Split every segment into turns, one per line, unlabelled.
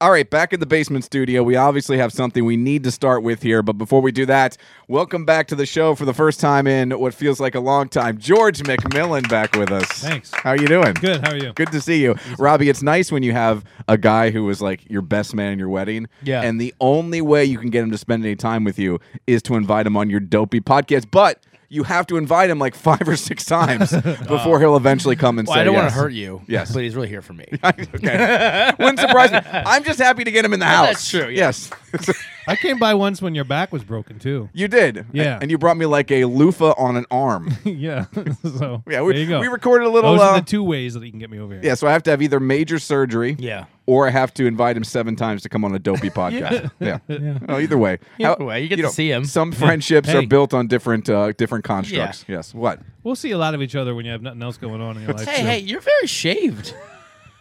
All right, back at the basement studio, we obviously have something we need to start with here. But before we do that, welcome back to the show for the first time in what feels like a long time. George McMillan back with us.
Thanks.
How are you doing?
Good. How are you?
Good to see you, Robbie. It's nice when you have a guy who was like your best man in your wedding.
Yeah.
And the only way you can get him to spend any time with you is to invite him on your dopey podcast, but. You have to invite him like five or six times before he'll eventually come and
Well,
say
I don't
yes.
want to hurt you.
Yes.
But he's really here for me.
okay. Wouldn't surprise me. I'm just happy to get him in the house.
that's true,
Yes.
I came by once when your back was broken too.
you did.
Yeah.
And you brought me like a loofah on an arm.
yeah. so
Yeah. We,
there you go.
we recorded a little.
Those
Uh,
are the two ways that you can get me over here.
yeah. So I have to have either major surgery.
Yeah.
Or I have to invite him seven times to come on a dopey podcast. yeah. Well, either way.
Either way, you get to see him.
Some friendships are
Hey.
built on different uh, different constructs. Yes. What?
We'll see a lot of each other when you have nothing else going on in your life.
Hey,
so-
hey, you're very shaved.
Yeah.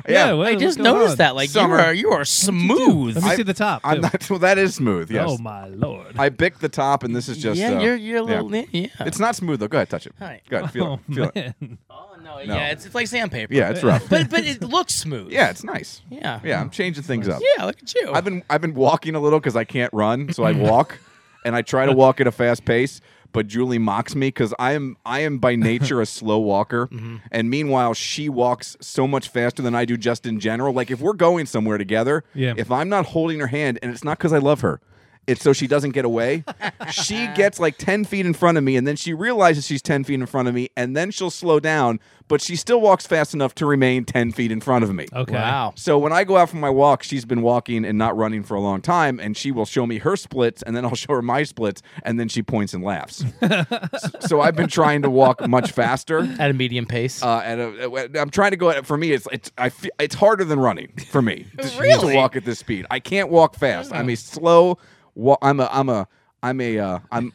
Yeah.
what-
I
what's
just
going
noticed
on?
that. Like
Summer.
you are you are smooth.
Let me
I-
see the top.
I'm
too.
not. Well, that is smooth. Yes.
Oh my lord.
I bicked the top, and this is just.
yeah,
uh,
you're you're a
yeah.
little yeah.
It's not smooth though. Go ahead, touch it.
All right.
Go ahead, feel
oh
it. Feel it.
man.
oh no, yeah, it's, it's like sandpaper.
Yeah, it's rough.
But but it looks smooth.
Yeah, it's nice.
Yeah.
Yeah, I'm changing things up.
Yeah, look at you.
I've been I've been walking a little because I can't run, so I walk, and I try to walk at a fast pace. But Julie mocks me because I am I am by nature a slow walker,
Mm-hmm.
and meanwhile she walks so much faster than I do just in general. Like if we're going somewhere together,
Yeah.
if I'm not holding her hand, and it's not because I love her. It's so she doesn't get away. she gets like 10 feet in front of me, and then she realizes she's 10 feet in front of me, and then she'll slow down, but she still walks fast enough to remain 10 feet in front of me.
Okay.
Wow.
So when I go out for my walk, she's been walking and not running for a long time, and she will show me her splits, and then I'll show her my splits, and then she points and laughs. S- so I've been trying to walk much faster.
At a medium pace.
Uh, and uh, I'm trying to go. At, for me, it's it's I fe- it's harder than running for me to, to
Really? Mm.
walk at this speed. I can't walk fast. I'm a slow. Wa- I'm a I'm a I'm a uh, I'm.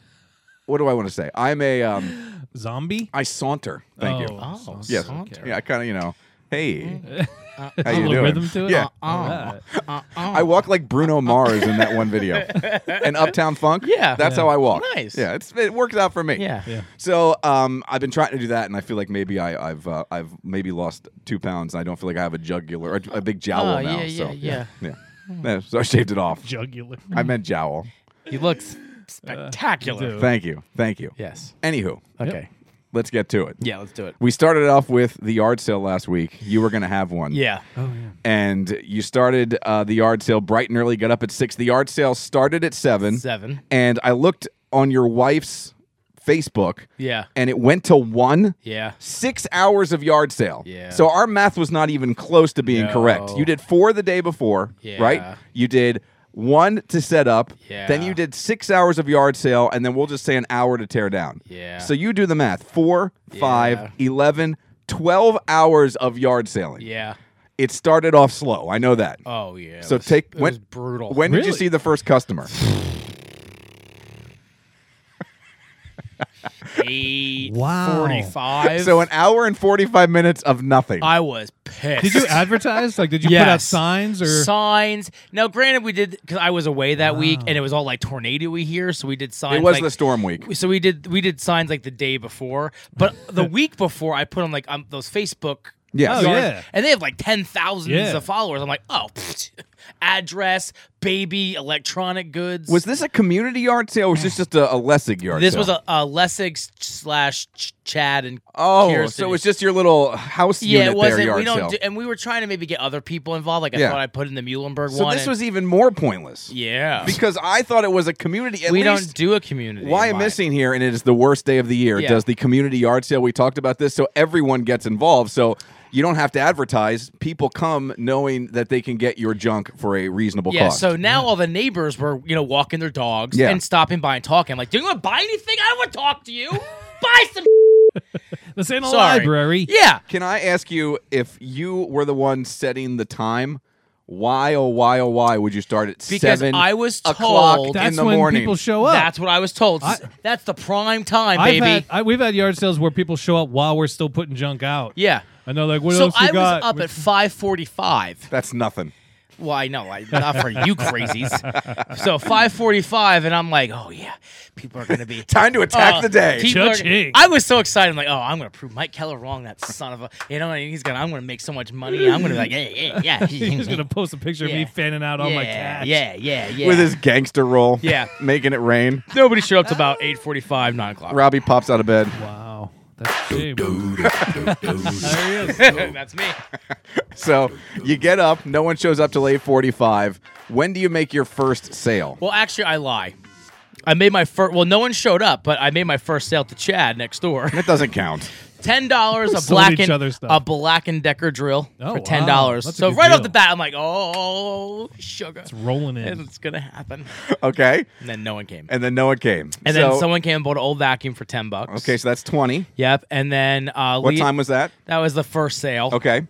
What do I want to say? I'm a um.
Zombie.
I saunter. Thank you.
oh,
so-
Yes.
saunter.
Yeah. I kind of you know. Hey.
Uh,
How you
a little
doing?
rhythm to it.
Yeah.
uh,
Alright.
uh,
I walk like Bruno Mars in that one video, and Uptown Funk.
Yeah.
that's
Yeah.
how I walk.
Nice.
Yeah, it's it works out for me.
Yeah.
Yeah.
So um, I've been trying to do that, and I feel like maybe I, I've uh, I've maybe lost two pounds. And I don't feel like I have a jugular, a, a big jowl
Oh,
now.
yeah, yeah,
so
yeah.
yeah. Yeah, So I shaved it off.
Jugular.
I meant jowl.
He looks spectacular.
do.
Thank you, thank you.
yes.
Anywho,
Okay.
let's get to it.
Yeah, let's do it.
We started off with the yard sale last week. You were going to have one.
Yeah.
Oh yeah.
And you started uh, the yard sale bright and early, got up at six. The yard sale started at seven.
Seven.
and I looked on your wife's Facebook,
Yeah.
and it went to one.
Yeah.
Six hours of yard sale.
Yeah.
So our math was not even close to being correct.
No.
You did four the day before,
Yeah.
right? You did one to set up. Then
Yeah.
you did six hours of yard sale, and then we'll just say an hour to tear down.
Yeah.
So you do the math four,
Yeah.
five, eleven, twelve hours of yard selling.
Yeah.
It started off slow. I know that.
Oh yeah. it
So
was-
take-
it
when-
was brutal.
when did you
Really?
see the first customer?
eight
Wow.
forty-five.
so an hour and 45 minutes of nothing.
I was pissed.
Did you advertise? Like, did you put out
Yes.
signs or?
signs? Now, granted, we did because I was away that week, and it was all like tornadoey here, so we did signs.
It was
like-
the storm week.
So we did we did signs like the day before, but the week before I put on like um, those Facebook.
Yes.
Oh,
yards,
yeah.
and they have like ten thousands
Yeah.
of followers. I'm like, oh, pfft, address, baby, electronic goods.
Was this a community yard sale or was this just a, a Lessig yard
this
sale?
was a, a Lessig slash Ch- Chad and
Oh,
Kira
so
City.
it was just your little house
yeah,
unit
it wasn't.
there yard
we don't,
sale.
do, and we were trying to maybe get other people involved. Like I
Yeah.
thought I put in the Muhlenberg
so
one.
this
and-
was even more pointless.
yeah.
Because I thought it was a community. At
we
least,
don't do a community.
Why I'm
invite.
missing here, and it is the worst day of the year,
Yeah.
does the community yard sale. We talked about this, so everyone gets involved. So you don't have to advertise. People come knowing that they can get your junk for a reasonable
Yeah.
cost.
So now all the neighbors were you know walking their dogs
Yeah.
and stopping by and talking. I'm like, do you want to buy anything? I don't want to talk to you. buy some.
This ain't a
Sorry.
library.
Yeah.
Can I ask you if you were the one setting the time? Why oh why oh why would you start at
Because
seven?
I was
o'clock
told-
That's
in the
when
morning.
people show up.
That's what I was told.
I-
That's the prime time,
I've
baby.
had- I, we've had yard sales where people show up while we're still putting junk out.
yeah.
And they're like, what
so
else you
I was
got?
up at 5:45.
That's nothing.
Well, I know, I, not for you crazies. So 5:45, and I'm like, oh yeah, people are gonna be
Time to attack
uh,
the day.
people are-
Cha-ching.
I was so excited. I'm like, oh, I'm gonna prove Mike Keller wrong. That son of a, you know, what I mean? he's gonna. I'm gonna make so much money. I'm gonna be like, yeah, yeah, yeah.
He's gonna post a picture of me
Yeah.
fanning out all
yeah,
my cats.
yeah, yeah, yeah.
With his gangster roll.
Yeah.
Making it rain.
nobody showed up to about 8:45, nine o'clock.
Robbie pops out of bed.
Wow. That's a shame.
That's me.
So you get up, no one shows up till eight forty five. When do you make your first sale?
Well, actually, I lie. I made my first. Well, no one showed up, but I made my first sale to Chad next door.
That doesn't count.
Ten dollars a
sold
black
each
and
other stuff.
a black and Decker drill
Oh,
for
wow.
ten dollars.
That's a
So
good
right off
deal.
the bat, I'm like, oh sugar, it's
Rolling in.
it's gonna happen.
Okay.
And then no one came.
And then no one came. so,
And then someone came and bought an old vacuum for ten bucks.
Okay, so that's twenty.
Yep. And then uh,
What
Lee-
time was that?
That was the first sale.
Okay.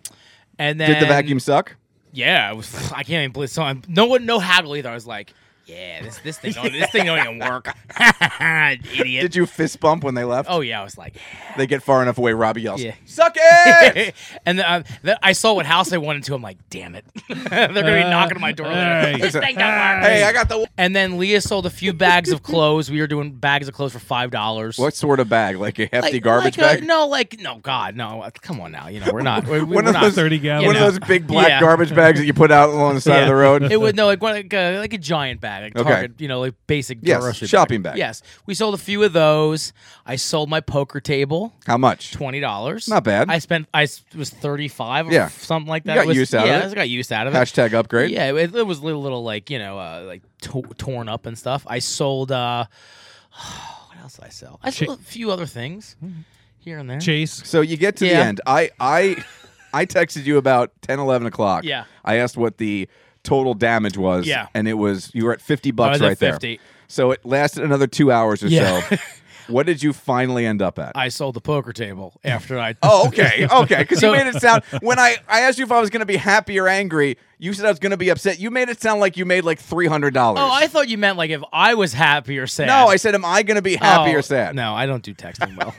And then
Did the vacuum suck?
Yeah, it was, I can't even believe. So I'm, no one, no haggle either. I was like, yeah, this this thing don't, this thing don't even work. Idiot.
Did you fist bump when they left?
oh yeah, I was like,
They get far enough away, Robbie yells,
Yeah.
Suck it!
and then, uh, then I saw what house they went into. I'm like, damn it, they're gonna be
Uh,
knocking on my door. later.
hey.
This thing don't work.
hey, I got the
And then Leah sold a few bags of clothes. We were doing bags of clothes for five dollars.
What sort of bag? Like a hefty
Like-
garbage
like a-
bag?
no, like no, God, no. uh, Come on now, you know we're not. We're,
One
we're
of
not.
those-
30
One
gallon.
of
Yeah.
those big black
Yeah.
garbage bags that you put out along the side of the
Yeah.
road.
It would no like one- like a, like a giant bag, like
Okay.
Target, you know, like basic
Yes,
grocery bag.
shopping bag.
Yes, we sold a few of those. I sold my poker table,
How much?
twenty dollars.
Not bad.
I spent I s- was thirty five,
Yeah.
yeah, something like
You
that.
got
It was-
use out of
yeah,
it.
I got use out of it.
Hashtag upgrade.
Yeah, it, it was little, little like you know, uh, like to- torn up and stuff. I sold. uh What else did I sell? I sold a few other things here and there.
Chase.
So you get to
Yeah.
the end. I I I texted you about 10, 11 o'clock.
Yeah.
I asked what the total damage was.
Yeah. Oh,
And it was you were at fifty bucks
was at
right
50.
there. So it lasted another two hours or
Yeah.
so. what did you finally end up at?
I sold the poker table after I.
Oh, okay, okay. Because
So-
you made it sound when I, I asked you if I was going to be happy or angry, you said I was going to be upset. You made it sound like you made like three hundred dollars.
Oh, I thought you meant like if I was happy or sad.
no, I said, am I going to be happy
Oh,
or sad?
No, I don't do texting well.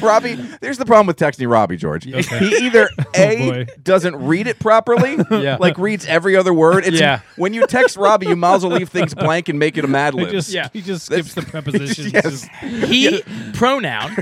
Robbie, there's the problem with texting Robbie George. He either a
boy.
doesn't read it properly,
Oh, Yeah.
like reads every other word. It's,
Yeah.
When you text Robbie, you might as well leave things blank and make it a Mad
He
Lib.
just,
Yeah.
he just skips the prepositions.
yes.
He pronoun.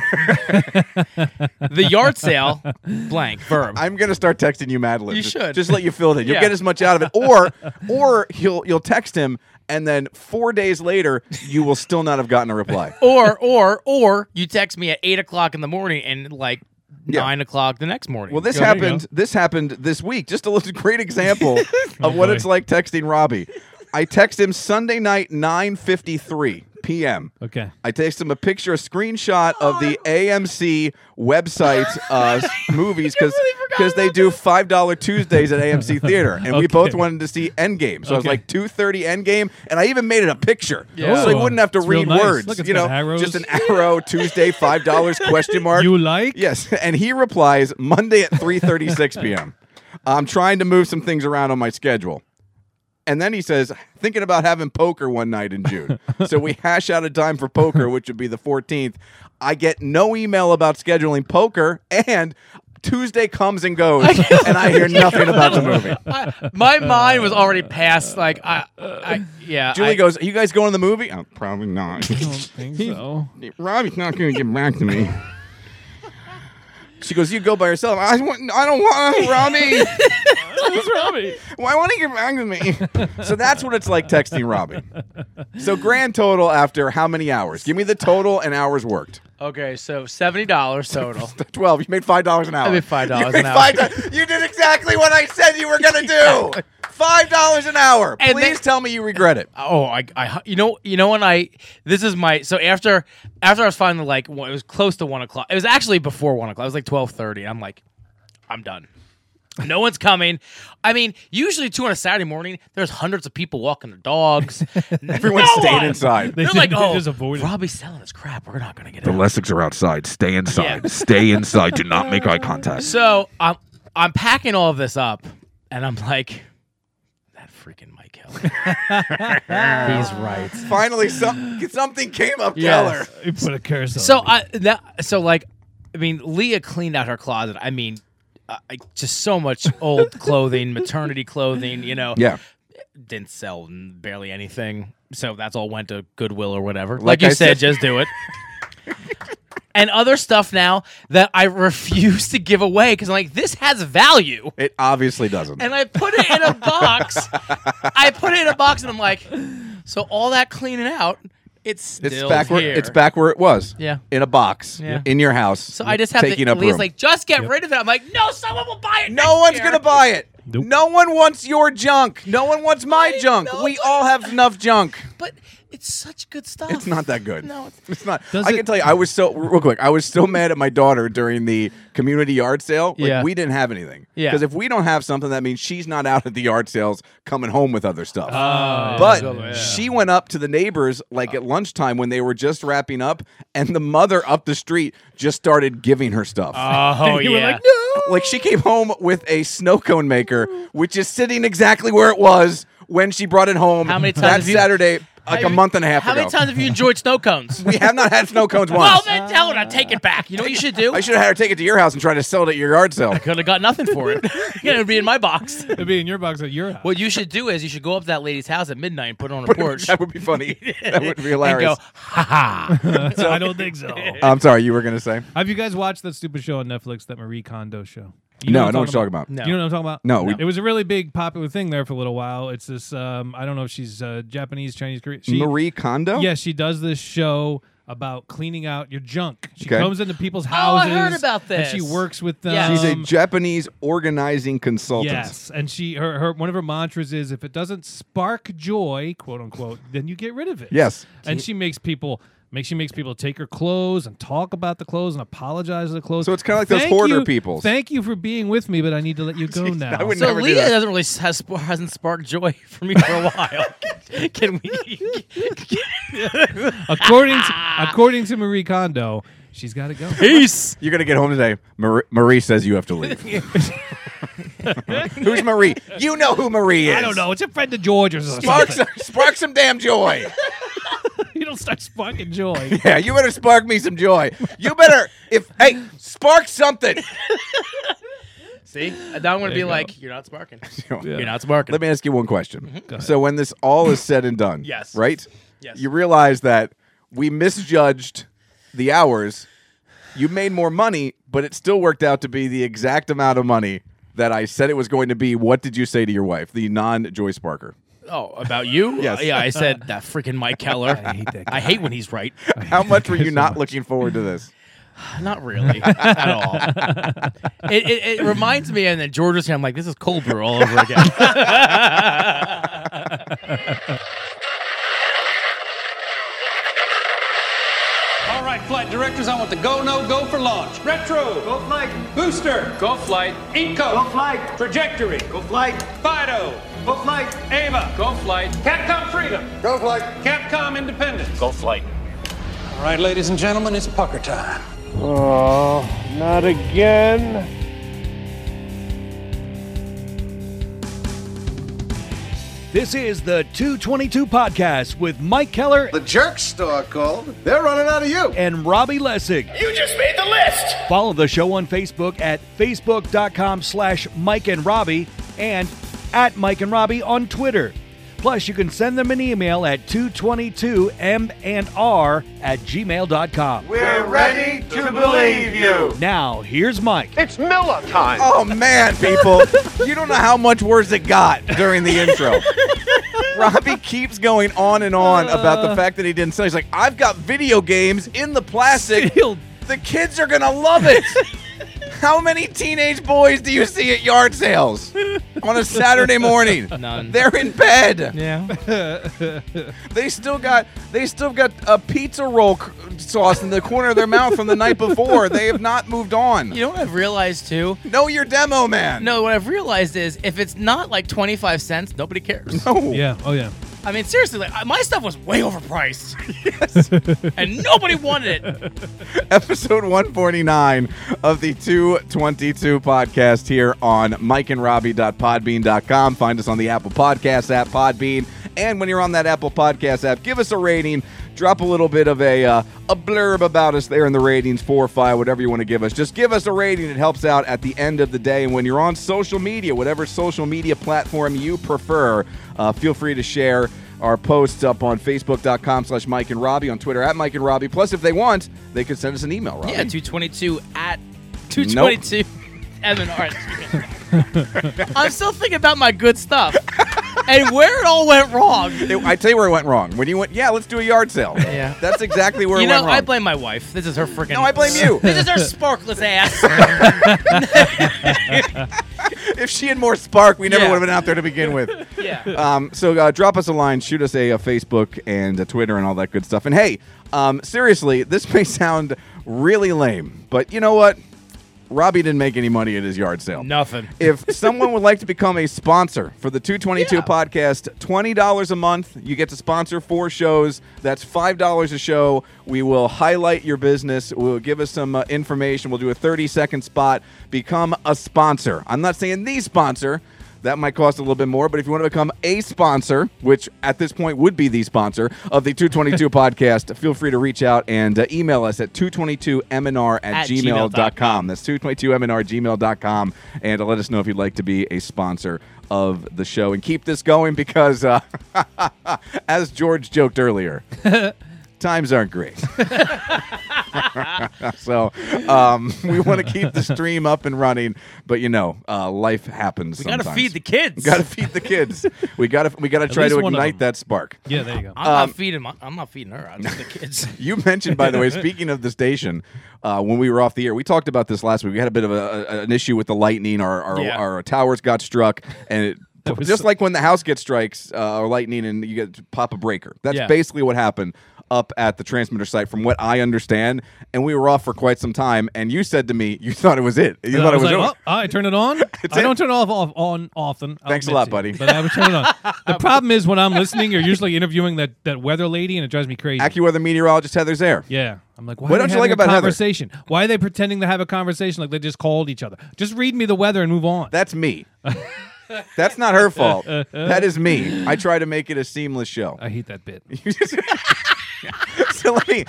the yard sale blank verb.
I'm gonna start texting you Mad Libs.
You
Just-
should.
just let you fill it in. You'll
Yeah.
get as much out of it, or or he'll you'll text him, and then four days later you will still not have gotten a reply.
Oh,
or or or you text me at eight o'clock in the morning and like nine o'clock the next morning.
Well, this
There you go.
happened. This happened this week. Just a little great example of what
boy.
it's like texting Robbie. I text him Sunday night, nine fifty three p.m.
Okay.
I text him a picture, a screenshot of the
Oh,
AMC website uh, s- movies because
really forgot
they do five dollar Tuesdays at AMC Theater, and we
Okay.
both wanted to see Endgame. So I was
Okay.
like two thirty Endgame, and I even made it a picture,
Yeah.
so he
Ooh,
wouldn't have to
it's real
read
nice.
words.
Look, it's
you know,
got arrows.
just an arrow Tuesday five dollars question mark.
You like?
Yes, and he replies Monday at 3:36 p.m. I'm trying to move some things around on my schedule. And then he says, thinking about having poker one night in June. so we hash out a time for poker, which would be the 14th. I get no email about scheduling poker, and Tuesday comes and goes, and I hear nothing about the movie.
I- my mind was already past like I, I yeah.
Julie
I-
goes, Are you guys going to the movie? Oh, probably not.
I don't think so.
Robbie's not going to get back to me. She goes, You go by yourself. I, want, I don't want Robbie.
What's Robbie?
Why won't he get back to me? so that's what it's like texting Robbie. So grand total after how many hours? Give me the total and hours worked.
okay, so seventy dollars total.
Twelve. You made five dollars an hour.
I made $5
You
an
made
hour.
five do- you did exactly what I said you were gonna do. Five dollars an hour.
And
Please
they-
tell me you regret it.
Oh, I, I, you know, you know when I, this is my. So after, after I was finally like, well, it was close to one o'clock. It was actually before one o'clock. It was like twelve thirty. I'm like, I'm done. No one's coming. I mean, usually too on a Saturday morning, there's hundreds of people walking their dogs.
Everyone's
no
staying
one!
inside.
They
They're like,
they
oh,
just avoid it.
Robbie's selling his crap. We're not gonna get
The
it.
Lessings are outside. Stay inside.
Yeah.
Stay inside. Do not make eye contact.
So I'm, I'm packing all of this up, and I'm like, that freaking Mike Hill. He's right.
Finally, some, something came up,
Yes.
Keller.
You put a curse on
So
me.
I that, so like I mean Leah cleaned out her closet. I mean uh, I- just so much old clothing, maternity clothing. You know,
Yeah.
didn't sell n- barely anything. So that's all went to Goodwill or whatever. Like,
Like
you
I said-
said, just do it. and other stuff now that I refuse to give away because I'm like, this has value.
It obviously doesn't.
And I put it in a box. I put it in a box and I'm like, so all that cleaning out, it's
it's
still
back where
here.
it's back where it was.
Yeah.
In a box.
Yeah.
In your house.
So I just have
taking
to
up
at least
room.
like just get rid of it. I'm like, no, someone will buy it.
no one's gonna buy it.
Nope.
No one wants your junk. No one wants my
I
junk.
know,
We
but-
all have enough junk.
But it's such good stuff.
It's not that good.
No, it's-
it's not.
Does
I
it-
can tell you, I was so real quick. I was so mad at my daughter during the community yard sale. Like,
Yeah.
we didn't have anything.
Yeah.
because if we don't have something, that means she's not out at the yard sales, coming home with other stuff.
Ah,
but
yeah.
she went up to the neighbors like at lunchtime when they were just wrapping up, and the mother up the street just started giving her stuff.
Ah.
Oh
You were
yeah.
like,
Like she came home with a snow cone maker, which is sitting exactly where it was when she brought it home.
How many times
that
have you-
Saturday, like
How-
a month and a half
How
ago?
many times have you enjoyed snow cones?
we have not had snow cones once.
well, then tell her to take it back. You know what you should do?
I should have had her take it to your house and try to sell it at your yard sale.
Could have got nothing for it. it would be in my box.
It'd be in your box at your house.
What you should do is you should go up to that lady's house at midnight and put it on her
But it would-
porch
that would be funny. That would be
and go,
hilarious.
ha Oh. ha.
uh, I don't think so.
I'm sorry, you were gonna say?
Have you guys watched that stupid show on Netflix, that Marie Kondo show? You
no, I
what
know
I'm
what you're talking about.
No.
You know what I'm talking about?
No, we-
It was a really big popular thing there for a little while. It's this um, I don't know if she's uh, Japanese, Chinese, Korean. She,
Marie Kondo.
Yeah, she does this show about cleaning out your junk. She
Okay.
comes into people's
Oh, I
houses.
heard about
And
this.
she works with them.
Yeah.
she's a Japanese organizing consultant.
um, Yes, and she her, her one of her mantras is if it doesn't spark joy, quote unquote, then you get rid of it.
Yes.
and she makes people make she makes people take her clothes and talk about the clothes and apologize to the clothes.
So it's kinda like those
Thank
hoarder
you-
peoples.
Thank you for being with me, but I need to let you go
Jeez,
now.
I would
So
never do
Leah
that.
doesn't really s- has, sp- hasn't sparked joy for me for a while. Can we?
according to according to Marie Kondo, she's got to go.
Peace.
You're gonna get home today. Marie, Marie says you have to leave. Who's Marie? You know who Marie is.
I don't know. It's a friend of George's or
Spark
something.
some, spark some damn joy.
you don't start sparking joy.
Yeah, you better spark me some joy. You better if hey spark something.
See, And now I'm gonna be
you go.
like, you're not sparking.
Yeah.
You're not sparking.
Let me ask you one question.
ahead.
So when this all is said and done,
Yes.
right?
Yes.
You realize that we misjudged the hours. You made more money, but it still worked out to be the exact amount of money that I said it was going to be. What did you say to your wife, the non-joy sparker?
oh, about you?
Yes.
Yeah, I said that freaking Mike Keller. I hate that. I hate when he's right.
How much were you not looking forward to this?
Not really at all. It, it, it reminds me, and then Georgia's here. I'm like, this is cold brew all over again.
All right, flight directors, I want the go, no, go for launch. Retro. Go flight. Booster. Go flight. Inco. Go flight. Trajectory. Go flight. Fido. Go flight. Ava. Go flight. Capcom Freedom. Go flight. Capcom Independence. Go flight. All right, ladies and gentlemen, it's pucker time.
Not again.
This is the 222 Podcast with Mike Keller
The jerk store called. They're running out of you.
and Robbie Lessig. You just made the list! Follow the show on Facebook at facebook.com slash Mike and Robbie and at Mike and Robbie on Twitter. Plus, you can send them an email at 222m&r at gmail.com.
We're ready to believe you.
Now, here's Mike.
It's Miller time.
Oh man, people, you don't know how much worse it got during the intro. Robbie keeps going on and on about
Uh.
the fact that he didn't sell. He's like, I've got video games in the plastic.
Sealed.
The kids are gonna love it. how many teenage boys do you see at yard sales on a Saturday morning?
None.
They're in bed.
yeah.
They still got they still got a pizza roll c- sauce in the corner of their mouth from the night before. They have not moved on.
You know what I've realized too?
Know your demo, man.
No, what I've realized is if it's not like 25 cents, nobody cares.
No.
Yeah. Oh yeah.
I mean, seriously, like, I- my stuff was way overpriced. and nobody wanted it.
episode 149 of the 222 podcast here on mikeandrobbie.podbean.com. Find us on the Apple Podcast app, Podbean. And when you're on that Apple Podcast app, give us a rating, Drop a little bit of a uh, a blurb about us there in the ratings, four or five, whatever you want to give us. Just give us a rating; it helps out at the end of the day. And when you're on social media, whatever social media platform you prefer, uh, feel free to share our posts up on facebook.com slash mike and robbie on twitter at mike and robbie plus if they want they could send us an email robbie.
Yeah, 222 at 222 Evan Hart. I'm still thinking about my good stuff and where it all went wrong.
It- I tell you where it went wrong. When you went, yeah, let's do a yard sale.
Yeah.
that's exactly where
you
it
know,
went wrong.
I blame my wife. This is her freaking.
No, I blame you.
this is her sparkless ass.
if she had more spark, we never
Yeah.
would have been out there to begin with.
yeah.
Um, so uh, drop us a line, shoot us a, uh Facebook and a Twitter and all that good stuff. And hey, um, seriously, this may sound really lame, but you know what? Robbie didn't make any money at his yard sale.
Nothing.
if someone would like to become a sponsor for the 222
Yeah.
podcast, $20 a month, you get to sponsor four shows. That's $5 a show. We will highlight your business. We'll give us some uh, information. We'll do a 30 second spot. Become a sponsor. I'm not saying the sponsor. That might cost a little bit more, but if you want to become a sponsor, which at this point would be the sponsor of the 222 podcast, feel free to reach out and uh, email us at 222mnr at,
At
gmail.com.
gmail.com.
gmail.com. That's 222mnrgmail.com. And uh, let us know if you'd like to be a sponsor of the show. And keep this going because, uh, as George joked earlier, times aren't great. so um, we want to keep the stream up and running. But, you know, uh, life happens.
We gotta feed the kids.
Gotta feed the kids. we gotta we gotta try
least
to
one of
ignite
them.
that spark.
Yeah, there you go.
I'm
um,
not feeding. My, I'm not feeding her. I'm just the kids.
You mentioned, by the way, speaking of the station, uh, when we were off the air, we talked about this last week. We had a bit of a, a- an issue with the lightning. Our our,
Yeah.
our towers got struck, and it,
was
just
so-
like when the house gets strikes uh, or lightning, and you get to pop a breaker. That's
Yeah.
basically what happened up at the transmitter site, from what I understand. And we were off for quite some time. And you said to me, you thought it was it. You
And
thought
I
it was
like,
over.
"Oh, I turn it on. I
it.
don't turn it off, off on often. I'll
Thanks a lot,
admit to you,
buddy.
But I would turn it on. The problem is when I'm listening, you're usually interviewing that, that weather lady, and it drives me crazy.
AccuWeather meteorologist Heather's there.
yeah, I'm like, why
What don't
are they
you like
having a
about Heather?
conversation? Why are they pretending to have a conversation like they just called each other? Just read me the weather and move on.
That's me. That's not her fault. That is me. I try to make it a seamless show.
I hate that bit.
so let me.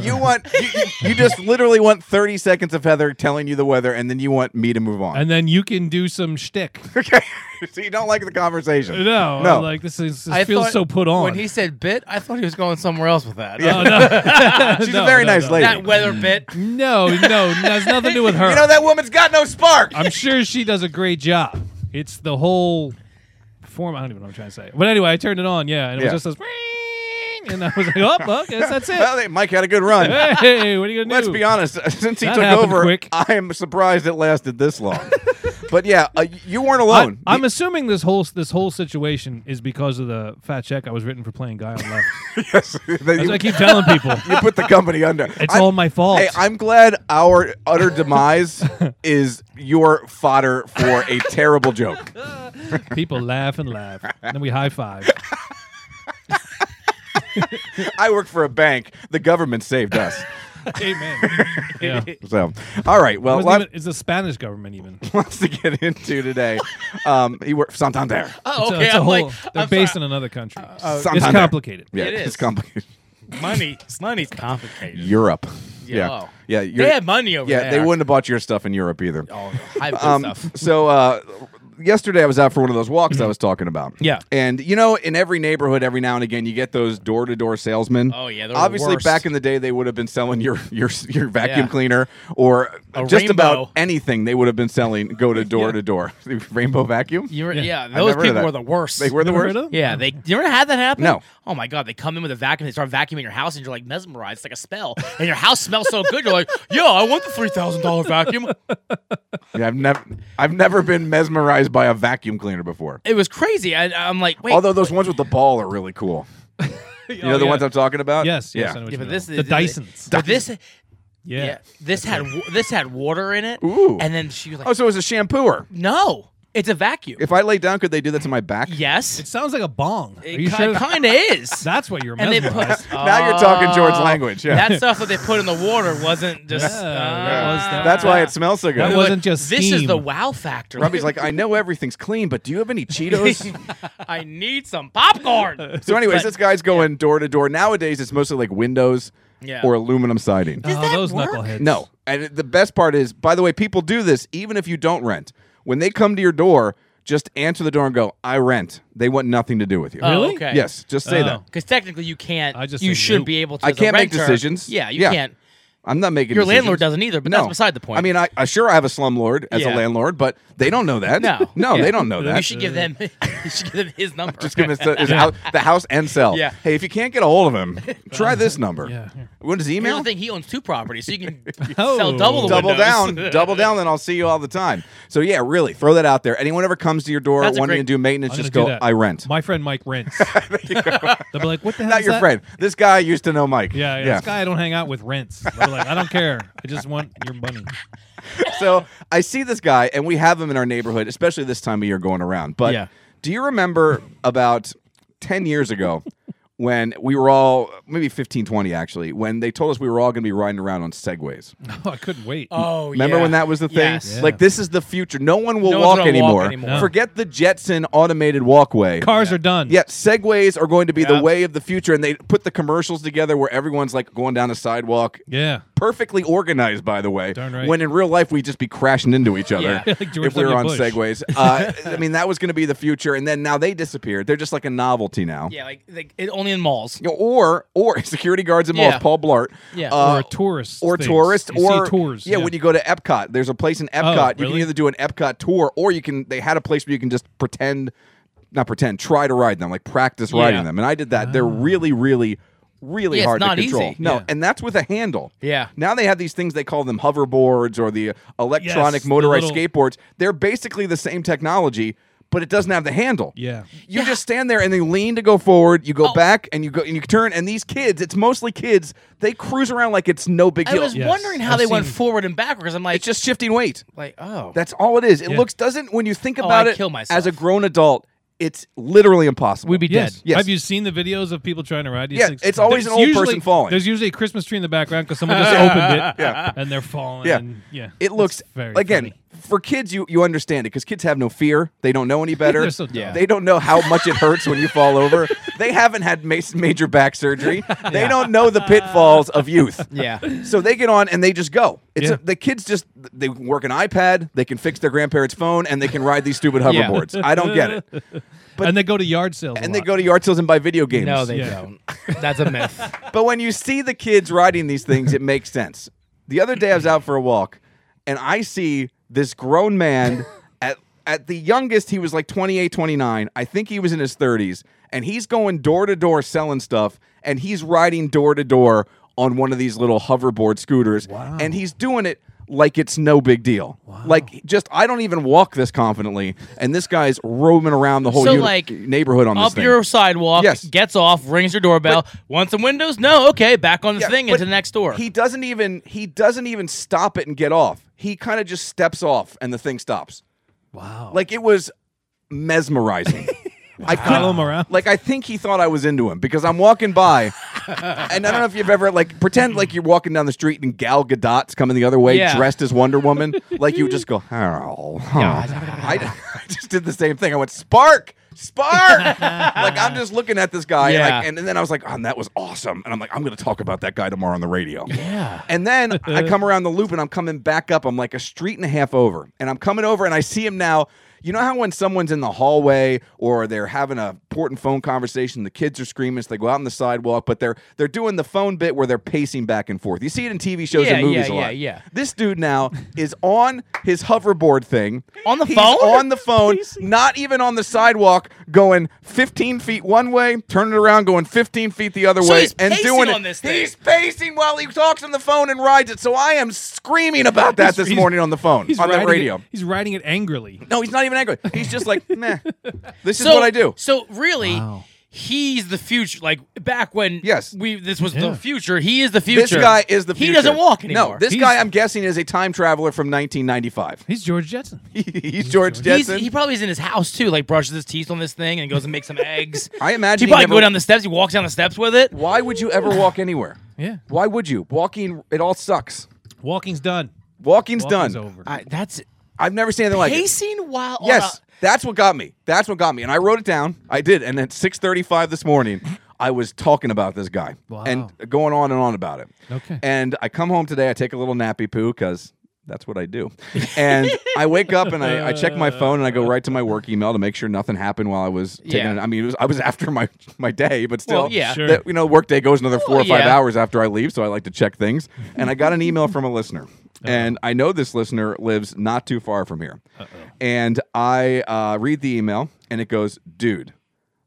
You want you, you- you just literally want thirty seconds of Heather telling you the weather, and then you want me to move on.
and then you can do some shtick.
okay, so you don't like the conversation.
No,
no.
I'm like this is this
I
feels
thought-
so put on.
When he said bit, I thought he was going somewhere else with that. Uh,
Yeah.
oh, no.
She's
No,
a very
no,
nice
no.
lady.
That
Mm.
weather bit.
no, no, it has nothing to do with her.
you know that woman's got no spark.
I'm sure she does a great job. It's the whole form. I don't even know what I'm trying to say. But anyway, I turned it on. Yeah, and it
Yeah.
was just this, "Ring," and I was like, oh, I guess that's
Well,
it.
they- Mike had a good run.
hey, what are you gonna
Let's
do?
be honest. Since he
That
took
happened
over,
quick.
I am surprised it lasted this long. but yeah, uh, you weren't alone.
I, am assuming this whole this whole situation is because of the fat check I was written for playing guy on left. That's what I
you,
keep telling people.
you put the company under.
It's
I-
all my fault.
Hey, I'm glad our utter demise is your fodder for a terrible joke.
people laugh and laugh, and then we high five.
I work for a bank. The government saved us.
Amen. Yeah. It
So, all right. Well,
wasn't
lot,
even- it's the Spanish government even.
lots to get into today. Um, he worked Santander.
Oh,
It's a-
okay.
it's a
I'm
whole-
like,
they're
I'm
based
sorry.
in another country. it's
Santander.
complicated.
Uh, Yeah,
It
it's
is.
complicated.
money. Money's complicated.
Europe. Yeah,
Yeah.
yeah.
They
you're-
had money over
yeah,
there.
they wouldn't have bought your stuff in Europe either.
Oh, high blood
Um,
stuff. Mm-hmm.
so uh, yesterday I was out for one of those walks I was talking about.
Yeah.
and you know, in every neighborhood, every now and again, you get those door-to-door salesmen.
Oh, yeah, they're the
obviously
worst.
back in the day, they would have been selling your your your vacuum
Yeah.
cleaner or
A
just about
rainbow.
anything. They would have been selling go to door to door rainbow vacuum.
You were, yeah.
never
those
heard of
people
that.
were the worst.
They were the
Never
worst.
heard of?
Yeah, they. You ever had that happen?
No.
Oh my god, they come in with a vacuum, they start vacuuming your house, and you're like mesmerized, it's like a spell, and your house smells so good, you're like, yo, I want the three thousand dollar vacuum.
Yeah, I've never I've never been mesmerized by a vacuum cleaner before.
It was crazy. I, I'm like, wait. Oh,
Although those ones with the ball are really cool. You know the ones I'm talking about?
Yes, yes.
Yeah.
I know what
yeah,
you
but
mean.
this
the Dysons.
But this, yeah,
yeah.
this had wa- this had water in it,
Ooh.
and then she was like,
Oh, so it was a shampooer.
no, It's a vacuum.
If I lay down, could they do that to my back?
It
yes.
sounds like a bong. Are you
it
sure?
kind of is.
That's what you're
and they put,
mesmerized.
Now you're talking George
Oh,
language, yeah.
That stuff that they put in the water wasn't just.
Yeah,
Ah.
that was- that-
That's why it smells so
That
good.
was- wasn't just
This is
steam.
the wow factor.
Robbie's like, I know everything's clean, but do you have any Cheetos?
I need some popcorn.
so, anyways,
But-
this guy's going door to door. Nowadays, it's mostly like windows
Yeah.
or aluminum siding.
oh, those knuckleheads.
No. And it- the best part is, by the way, people do this even if you don't rent. When they come to your door, just answer the door and go, I rent. They want nothing to do with you.
Oh, Really? okay.
Yes. Just say that.
Oh.
Because technically, you can't.
I just
you
say
should
nope.
be able to.
I
as a
can't make
renter-
decisions.
Yeah, you
Yeah.
can't.
I'm not making
Your
decisions.
landlord doesn't either, but
no.
that's beside the point.
I mean, I, I sure I have a slumlord as a
Yeah.
landlord, but they don't know that.
No.
no, they don't know that.
you should give them. you should give them his number.
Just give him his, his house, the house and sell.
Yeah.
Hey, if you can't get a hold of him, try this number.
Yeah.
What is
Here's
email?
the thing: he owns two properties, so you can
Oh.
sell double the
double
windows.
down, double down, then I'll see you all the time. So yeah, really, throw that out there. Anyone ever comes to your door
That's a
wanting
great-
to do maintenance,
I'm
just
gonna
go.
do that.
I rent.
My friend Mike rents. They'll be like, "What the hell?"
Not
is
your
that?
friend. This guy used to know Mike.
Yeah, yeah, This guy I don't hang out with rents. They're like, I don't care. I just want your money.
so I see this guy, and we have him in our neighborhood, especially this time of year going around. But
Yeah.
do you remember about 10 years ago when we were all, maybe 15, 20 actually, when they told us we were all going to be riding around on Segways?
Oh, I couldn't wait.
Uh,
Oh,
Remember
yeah.
when that was the thing?
Yes.
Like, this is the future. No one will
No one's
walk,
gonna
anymore.
walk anymore. No.
Forget the Jetson automated walkway.
Cars are done.
Yet segways are going to be the
Yeah.
way of the future, and they put the commercials together where everyone's like going down a sidewalk,
Yeah.
perfectly organized, by the way.
Darn right.
When in real life, we'd just be crashing into each other
Yeah.
Like George
if we were
W.
on
Bush.
segways. Uh, I mean, that was going to be the future, and then now they disappeared. They're just like a novelty now.
Yeah, like, like it, only in malls.
You know, or or security guards in malls,
Yeah.
Paul Blart.
Yeah.
Uh,
or tourists.
or
things.
tourist
You
or
see tours. Oh,
Yeah, when you go to Epcot, there's a place in Epcot. You can
really?
either do an Epcot tour or you can they had a place where you can just pretend not pretend, try to ride them, like practice
Yeah.
riding them. And I did that. They're
Ah.
really, really really
Yeah, it's
hard
not
to
easy.
control. No,
Yeah.
and that's with a handle.
Yeah.
Now they have these things they call them hoverboards or the electronic
Yes, the
motorized
little-
skateboards. They're basically the same technology, but it doesn't have the handle.
Yeah.
You just stand there and they lean to go forward. You go
Oh.
back and you go and you turn. And these kids, it's mostly kids, they cruise around like it's no big
I
deal.
was
Yes.
wondering how
I've
they went
seen-
forward and backwards. I'm like,
It's just shifting weight.
like oh,
That's all it is. It
Yeah.
looks doesn't when you think
Oh,
about
I'd
it
kill myself.
as a grown adult, it's literally impossible.
we'd be
Yes.
dead.
Yes.
Have you seen the videos of people trying to ride these
Yeah,
things?
it's always
There's
an old
usually-
person falling.
There's usually a Christmas tree in the background because someone just opened it. And they're falling.
Yeah.
And, yeah.
It looks
It's very
again
funny.
for kids. You you understand it because kids have no fear. They don't know any better.
They're so dumb.
They don't know how much it hurts when you fall over. They haven't had ma- major back surgery. They don't know the pitfalls of youth.
Yeah.
So they get on and they just go. It's
Yeah.
a, the kids just they work an iPad. They can fix their grandparents' phone and they can ride these stupid hoverboards. I don't get it. but-
and they go to yard sales. a
And they
lot.
go to yard sales and buy video games.
No, they
Yeah.
don't. That's a myth.
But when you see the kids riding these things, it makes sense. The other day I was out for a walk and I see this grown man at at the youngest he was like 28, 29. I think he was in his 30s and he's going door to door selling stuff and he's riding door to door on one of these little hoverboard scooters and he's doing it like it's no big deal. Like just I don't even walk this confidently and this guy's roaming around the whole
So,
uni-
like,
neighborhood on this
Up
thing.
your sidewalk,
Yes.
gets off, rings your doorbell. Want some windows? No, okay, back on the
Yeah,
thing
but
into the next door.
He doesn't even he doesn't even stop it and get off. He kind of just steps off and the thing stops. Wow. Like it was mesmerizing. I
follow
couldn't,
them around.
like I think he thought I was into him because I'm walking by, and I don't know if you've ever like pretend like you're walking down the street and Gal Gadot's coming the other way,
Yeah.
dressed as Wonder Woman. like you would just go, oh, huh." I, I just did the same thing. I went spark, spark. like I'm just looking at this guy, and,
Yeah.
like, and, and then I was like, oh, that was awesome. And I'm like, I'm gonna talk about that guy tomorrow on the radio.
yeah.
And then I come around the loop and I'm coming back up. I'm like a street and a half over. And I'm coming over and I see him now. You know how when someone's in the hallway or they're having a important phone conversation, the kids are screaming, so they go out on the sidewalk, but they're they're doing the phone bit where they're pacing back and forth. You see it in TV shows
Yeah,
and movies
yeah,
a lot.
yeah, yeah.
This dude now is on his hoverboard thing.
On the
He's
phone?
On the phone, not even on the sidewalk, going 15 feet one way, turning around, going 15 feet the other
So
way,
he's
and
pacing
doing it.
on this thing.
He's pacing while he talks on the phone and rides it. So I am screaming about that this
He's-
morning on the phone,
He's
on the
riding
radio.
It, he's riding it angrily.
No, he's not even angry. He's just like, meh. This is what I do.
So really, he's the future. Like back when
Yes.
we this was
Yeah.
the future. He is the future.
This guy is the
He
future.
doesn't walk anymore.
No, this
He's-
guy I'm guessing is a time traveler from 1995.
He's George Jetson.
He's George
He's,
Jetson.
he probably is in his house too. Like brushes his teeth on this thing and goes and makes some eggs.
I imagine
he
he
probably
never-
go down the steps. He walks down the steps with it.
Why would you ever walk anywhere?
Yeah.
Why would you? Walking, it all sucks.
Walking's done.
Walking's,
Walking's
done.
over.
I, that's
I've never seen anything like it.
pacing while on
Yes, that's what got me. That's what got me, and I wrote it down. I did, and at 6:35 this morning, I was talking about this guy
Wow.
and going on and on about it.
Okay.
And I come home today. I take a little nappy poo because that's what I do. And I wake up and I, I check my phone and I go right to my work email to make sure nothing happened while I was taking.
Yeah.
it. I mean, it was, I was after my my day, but still,
Well, yeah.
Sure.
that- you know, work day goes another four or
Well,
five
yeah.
hours after I leave, so I like to check things. And I got an email from a listener, and I know this listener lives not too far from here. And I uh, read the email, and it goes, "Dude,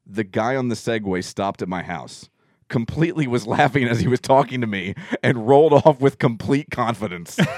the guy on the Segway stopped at my house." Completely was laughing as he was talking to me and rolled off with complete confidence.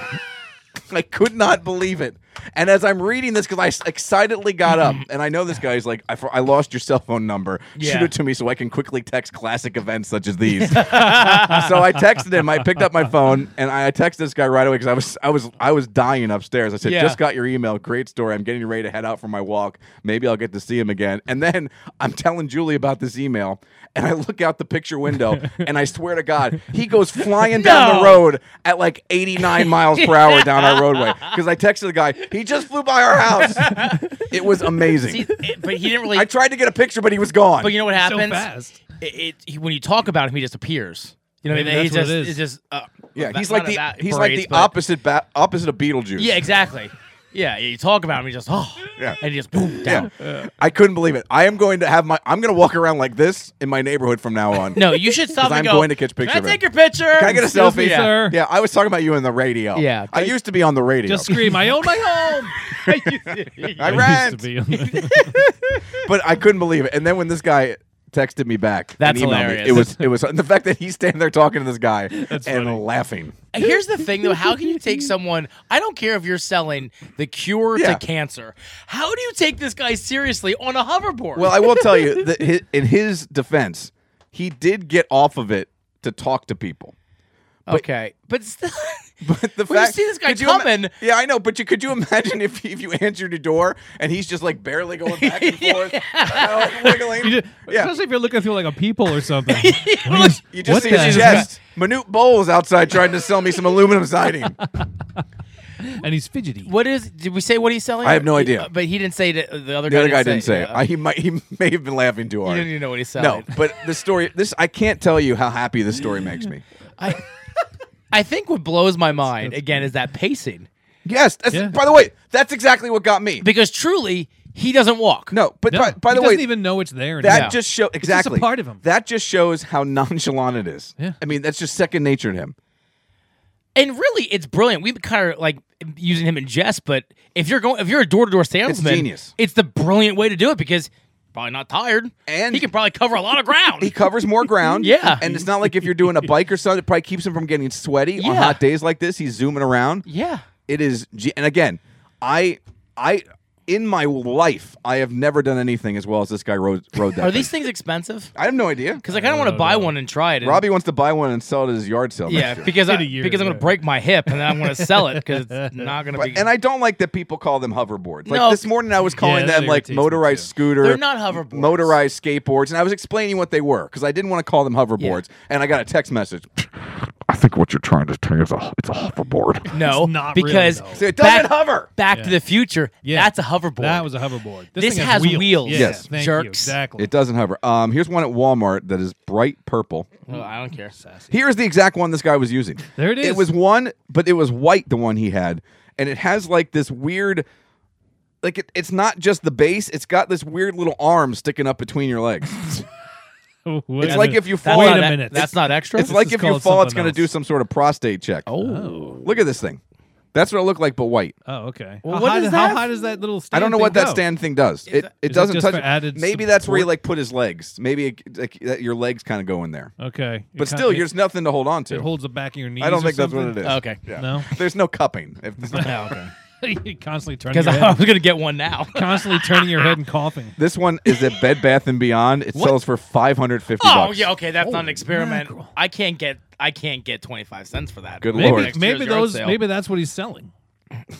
I could not believe it. And as I'm reading this, because I s- excitedly got up, and I know this guy's like, I, for- I lost your cell phone number. Shoot
Yeah.
it to me so I can quickly text classic events such as these. so I texted him. I picked up my phone and I texted this guy right away because I was I was I was dying upstairs. I said,
Yeah.
just got your email. Great story. I'm getting ready to head out for my walk. Maybe I'll get to see him again. And then I'm telling Julie about this email, and I look out the picture window, and I swear to God, he goes flying down the
No.
road at like 89 miles per hour down our roadway because I texted the guy. He just flew by our house. it was amazing.
It- but he didn't really.
I tried to get a picture, but he was gone.
but you know what
so
happens?
fast.
It, it, he, when you talk about him, he just appears. You know what I
Maybe
mean? He
that's
just
what it
it's just uh,
yeah,
not-
he's like
not
the
about
he's like
parades,
the
but-
opposite ba- opposite of Beetlejuice.
Yeah, exactly. Yeah, you talk about him, he just oh,
Yeah.
and he just boom down.
Yeah. I couldn't believe it. I am going to have my. I'm going to walk around like this in my neighborhood from now on.
No, you should stop.
'Cause
and
I'm
go,
going to catch picture
Can
of
I
it."
take your picture?
Can I get a
Excuse
selfie?
me,
yeah.
sir.
yeah, I was talking about you in the radio.
Yeah.
I used to be on the radio.
Just scream, I own my home.
I
I used
rent,
to be on the-
but I couldn't believe it. And then when this guy texted me back,
That's
and emailed
hilarious.
Me, it was it was the fact that he's standing there talking to this guy and
funny.
laughing.
Here's the thing, though. How can you take someone? I don't care if you're selling the cure
Yeah.
to cancer. How do you take this guy seriously on a hoverboard?
Well, I will tell you that hi in his defense, he did get off of it to talk to people.
okay, but still,
But the
When you
fact
see this guy
could you ima-
coming-
yeah, I know. But you could you imagine if if you answered a door and he's just like barely going back and forth, kind of like wiggling.
You ju-
yeah,
Especially if you're looking through like a people or something.
you just
What
see
the
his
heck?
chest. Manute Bowles outside trying to sell me some aluminum siding.
and he's fidgety.
what is? Did we say what he's selling?
I have no
He-
idea.
uh, but he didn't say that. The other
The
guy
other guy didn't say it.
yeah.
I, he might he may have been laughing too
He
hard.
didn't even know what he's selling.
No, but the story this I can't tell you how happy this story makes me.
I, I think what blows my mind again is that pacing
Yes, that's,
Yeah.
by the way, that's exactly what got me.
because truly he doesn't walk.
No, but
No,
by, by
he
the way,
doesn't even know it's there.
That
Yeah.
just shows
just a
exactly
part of him.
That just shows how nonchalant it is.
Yeah.
I mean, that's just second nature to him.
and really it's brilliant. We've been kind of like using him in jest, but if you're going, if you're a door to door salesman,
genius.
It's the brilliant way to do it because probably not tired,
And-
he can probably cover a lot of ground.
He covers more ground.
Yeah.
and it's not like if you're doing a bike or something, it probably keeps him from getting sweaty on
Yeah.
hot days like this. He's zooming around.
yeah,
It is, ge- and again, I, I, in my life, I have never done anything as well as this guy rode rode that.
are
thing.
these things expensive?
I have no idea.
Because I kind of
Oh,
want to buy one and try it. and-
Robbie wants to buy one and sell it at his yard sale.
yeah,
next year.
because I,
In a year,
because I'm
yeah.
gonna break my hip and then I'm gonna sell it because it's not gonna
But-
be.
and I don't like that people call them hoverboards. Like
No.
this morning, I was calling
that
them like
irritates me
motorized
too.
scooter.
They're not hoverboards.
Motorized skateboards, and I was explaining what they were because I didn't want to call them hoverboards. And I got a text message.
I think what you're trying to tell is a, it's a hoverboard.
no,
It's not really,
because
though.
So it doesn't
back,
hover.
Back to the Future.
Yeah.
that's a hoverboard.
That was a hoverboard.
This
thing
has wheels.
Yeah,
Yes.
thank
Jerks.
You. Exactly.
It doesn't hover. Um, here's one at Walmart that is bright purple.
Oh, I don't care.
Here's the exact one this guy was using.
There it
It
is.
was one, but it was white, the one he had. And it has like this weird, like it, it's not just the base, it's got this weird little arm sticking up between your legs.
What
It's
is
like
it?
if you
That's
fall.
not
Wait a
that-
minute.
That's not extra.
It's like
is
if you
called
fall, it's
something
going to do
else.
some sort of prostate check.
oh.
Look at this thing. That's what it looked like, but white.
Oh, okay.
Well,
how,
what
high,
is
how
that?
high does that little stand
I don't know
thing
what that
go?
stand thing does. It it
is it
doesn't
just
touch.
for added
Maybe that's where you
support?
like put his legs. Maybe it, like that your legs kind of go in there.
Okay. It
But
kinda-
still,
it-
there's nothing to hold on
It
to.
holds the back of your knees.
I don't
or
think that's what
something?
it is.
Okay.
Yeah.
No?
There's no cupping. If
Oh, okay.
You're constantly turning
because
your
I
head.
was gonna get one now.
constantly turning your head and coughing.
This one is at Bed Bath and Beyond. It sells for five hundred fifty.
oh
bucks.
yeah, okay, that's not an
Holy
experiment.
mackerel.
I can't get I can't get twenty five cents for that.
Good
Maybe
lord.
next year's
Maybe
yard
those.
sale.
Maybe that's what he's selling.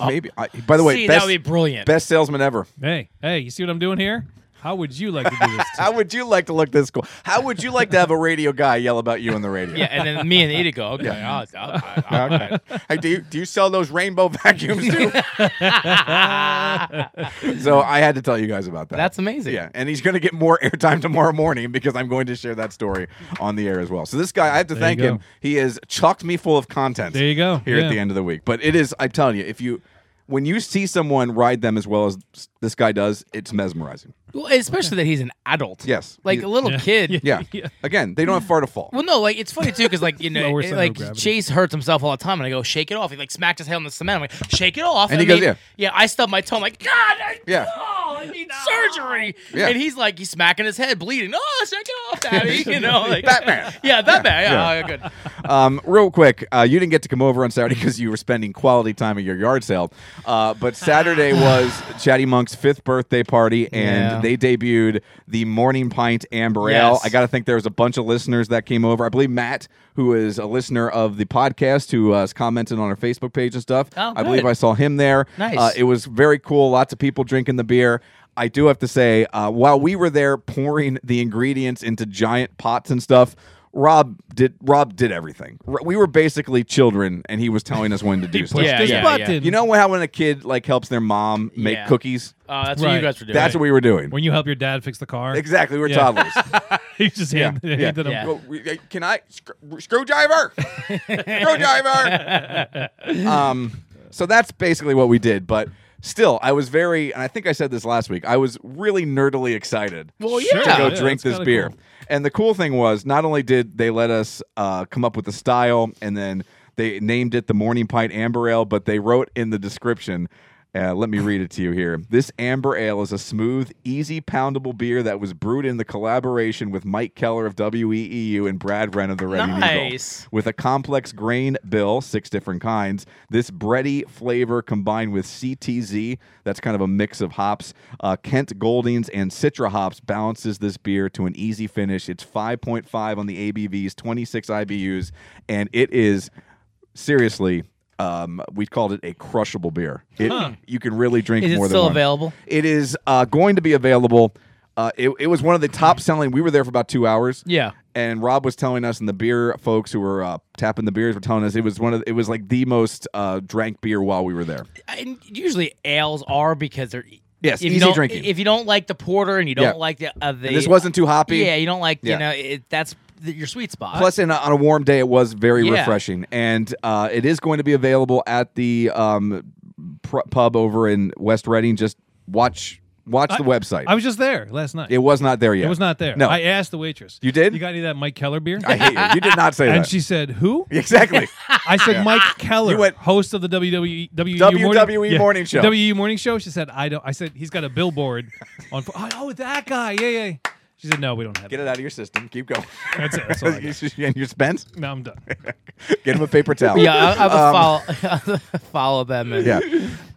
Maybe. I, by the way,
See,
best,
that would be brilliant.
best salesman ever.
Hey, hey, you see what I'm doing here? How would you like to do this?
How would you like to look this cool? How would you like to have a radio guy yell about you on the radio?
yeah, and then me and Edie go, okay, I'll, I'll, I'll, I'll
Okay. Hey, do you do you sell those rainbow vacuums too? so I had to tell you guys about that.
That's amazing.
Yeah, and he's going to get more airtime tomorrow morning because I'm going to share that story on the air as well. So this guy, I have to
There you
thank him.
go.
He has chucked me full of content.
There you go.
Here
Yeah.
at the end of the week, but it is. I'm telling you, if you when you see someone ride them as well as this guy does, it's mesmerizing.
Well, especially that he's an adult.
Yes.
like
He-
a little
Yeah.
kid.
Yeah. Again, they don't have far to fall.
Well, no, like it's funny too because like you know,
Lower
it-
center of
like
gravity.
Chase hurts himself all the time, and I go shake it off. He like smacked his head on the cement. I'm like shake it off,
And he
I
goes,
mean,
yeah.
I stub my toe. I'm like God, I,
Yeah.
oh, I need surgery.
Yeah.
And he's like, he's smacking his head, bleeding. Oh, shake it off, Daddy. you know, like
Batman.
Yeah, Batman. Yeah, yeah. good. Uh,
Um, real quick, uh, you didn't get to come over on Saturday because you were spending quality time at your yard sale. Uh, but Saturday was Chatty Monk's fifth birthday party, and
Yeah.
they debuted the Morning Pint Amber Ale.
Yes.
I got to think there was a bunch of listeners that came over. I believe Matt, who is a listener of the podcast, who uh, has commented on our Facebook page and stuff.
Oh,
I believe
good.
I saw him there.
Nice.
Uh, it was very cool. Lots of people drinking the beer. I do have to say, uh, while we were there pouring the ingredients into giant pots and stuff, Rob did Rob did everything. R- we were basically children, and he was telling us when to do stuff.
pushed Yeah,
this
yeah,
button.
yeah.
You know how when a kid like helps their mom make
Yeah.
cookies?
Uh, that's what
Right.
you guys were doing.
That's what we were doing.
when you help your dad fix the car.
Exactly, we were
Yeah.
toddlers.
He just
Yeah,
handed,
yeah.
handed him.
Yeah.
Well, we- uh, can I sc- screwdriver? screwdriver. um, so that's basically what we did. But still, I was very, and I think I said this last week. I was really nerdily excited
Well,
Sure.
to
yeah.
go
Yeah,
drink
that's
this
kinda
beer.
cool.
And the cool thing was, not only did they let us uh, come up with the style, and then they named it the Morning Pint Amber Ale, but they wrote in the description. Uh, let me read it to you here. This amber ale is a smooth, easy poundable beer that was brewed in the collaboration with Mike Keller of WEEU and Brad Wren of the Ready
Nice.
Eagle. With a complex grain bill, six different kinds, this bready flavor combined with CTZ, that's kind of a mix of hops, uh, Kent Goldings, and Citra hops balances this beer to an easy finish. It's 5.5 on the ABVs, 26 IBUs, and it is seriously. Um, we called it a crushable beer. It, You can really drink
Is it
more than
still
one.
available?
It is uh, going to be available. Uh, it, it was one of the top selling. We were there for about two hours.
Yeah.
And Rob was telling us, and the beer folks who were uh, tapping the beers were telling us it was one of the, it was like the most uh, drank beer while we were there.
and usually ales are because they're e-,
Yes,
if you
easy
don't-
drinking.
If you don't like the porter and you don't
Yeah.
like the, uh, the
And this wasn't too hoppy.
Yeah, you don't like
Yeah.
you know it, that's the, your sweet spot.
Plus, in a, on a warm day, it was very
Yeah.
refreshing, and uh, it is going to be available at the um, pr- pub over in West Reading. Just watch watch the website.
I was just there last night.
it was not there yet.
It was not there.
No,
I asked the waitress.
You did?
You got any of that Mike Keller beer?
I hate you. You did not say
and
that.
she said, "Who?"
exactly.
I said, "Mike Keller,
went-
host of the WWE
WWE
morning,
morning show.
WWE E morning show." She said, "I don't." I said, "He's got a billboard on." Oh, oh, that guy. Yeah, yeah. She said, "No, we don't have
Get
that."
it out of your system. Keep going.
That's it. That's all I got.
and your Spence,
No, I'm done.
get him a paper towel.
yeah, I, I would follow follow them. And,
Yeah.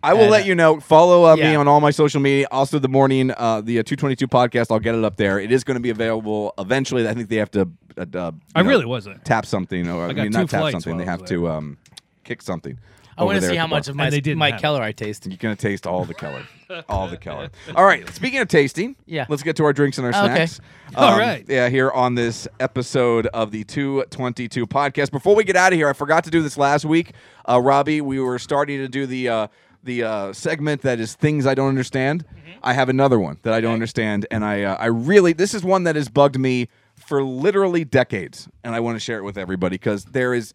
I will let you know. Follow uh, me
yeah.
on all my social media. Also, the morning, uh, the uh, 222 podcast, I'll get it up there. It is going to be available eventually. I think they have to. Uh, uh, you
I
know,
really wasn't.
Tap something. Or, I
got
mean,
two
not tap
flights
something.
while
They
I was
have to um, kick something.
I want
over
to
there
see
at
how
the bar.
much of my
And they didn't
Mike
have it.
Keller I taste.
You're going to taste all the Keller. all the Keller. All right. Speaking of tasting,
Yeah.
let's get to our drinks and our
Okay.
snacks.
All right.
Um, Yeah, here on this episode of the 222 podcast. Before we get out of here, I forgot to do this last week. Uh, Robbie, we were starting to do the. Uh, the uh, segment that is things I don't understand.
Mm-hmm.
I have another one that I don't understand, and I uh, I really this is one that has bugged me for literally decades, and I want to share it with everybody because there is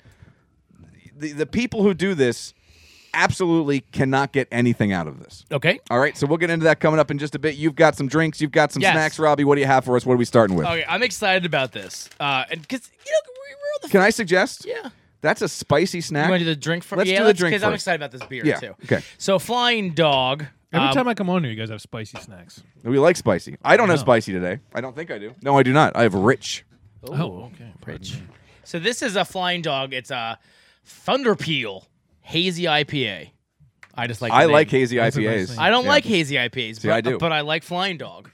the, the people who do this absolutely cannot get anything out of this.
Okay.
All right, so we'll get into that coming up in just a bit. You've got some drinks, you've got some
Yes.
snacks, Robbie. What do you have for us? What are we starting with?
Okay, I'm excited about this. Uh, and because you know we- we're on the.
Can I suggest?
Yeah.
That's a spicy snack.
you want to do the drink first?
Let's
yeah,
do the drink
Because I'm
first.
excited about this beer
Yeah,
too.
okay.
So flying dog.
Every
um,
time I come on here, you guys have spicy snacks.
We like spicy. I don't have
No.
spicy today. I don't think I do. No, I do not. I have rich.
Oh, okay.
Rich. So this is a flying dog. It's a Thunder Peel Hazy IPA. I just like. the
I
name.
like hazy
That's a nice
IPAs.
name.
I don't
Yeah.
like hazy IPAs.
See,
but,
I do.
But I like Flying Dog,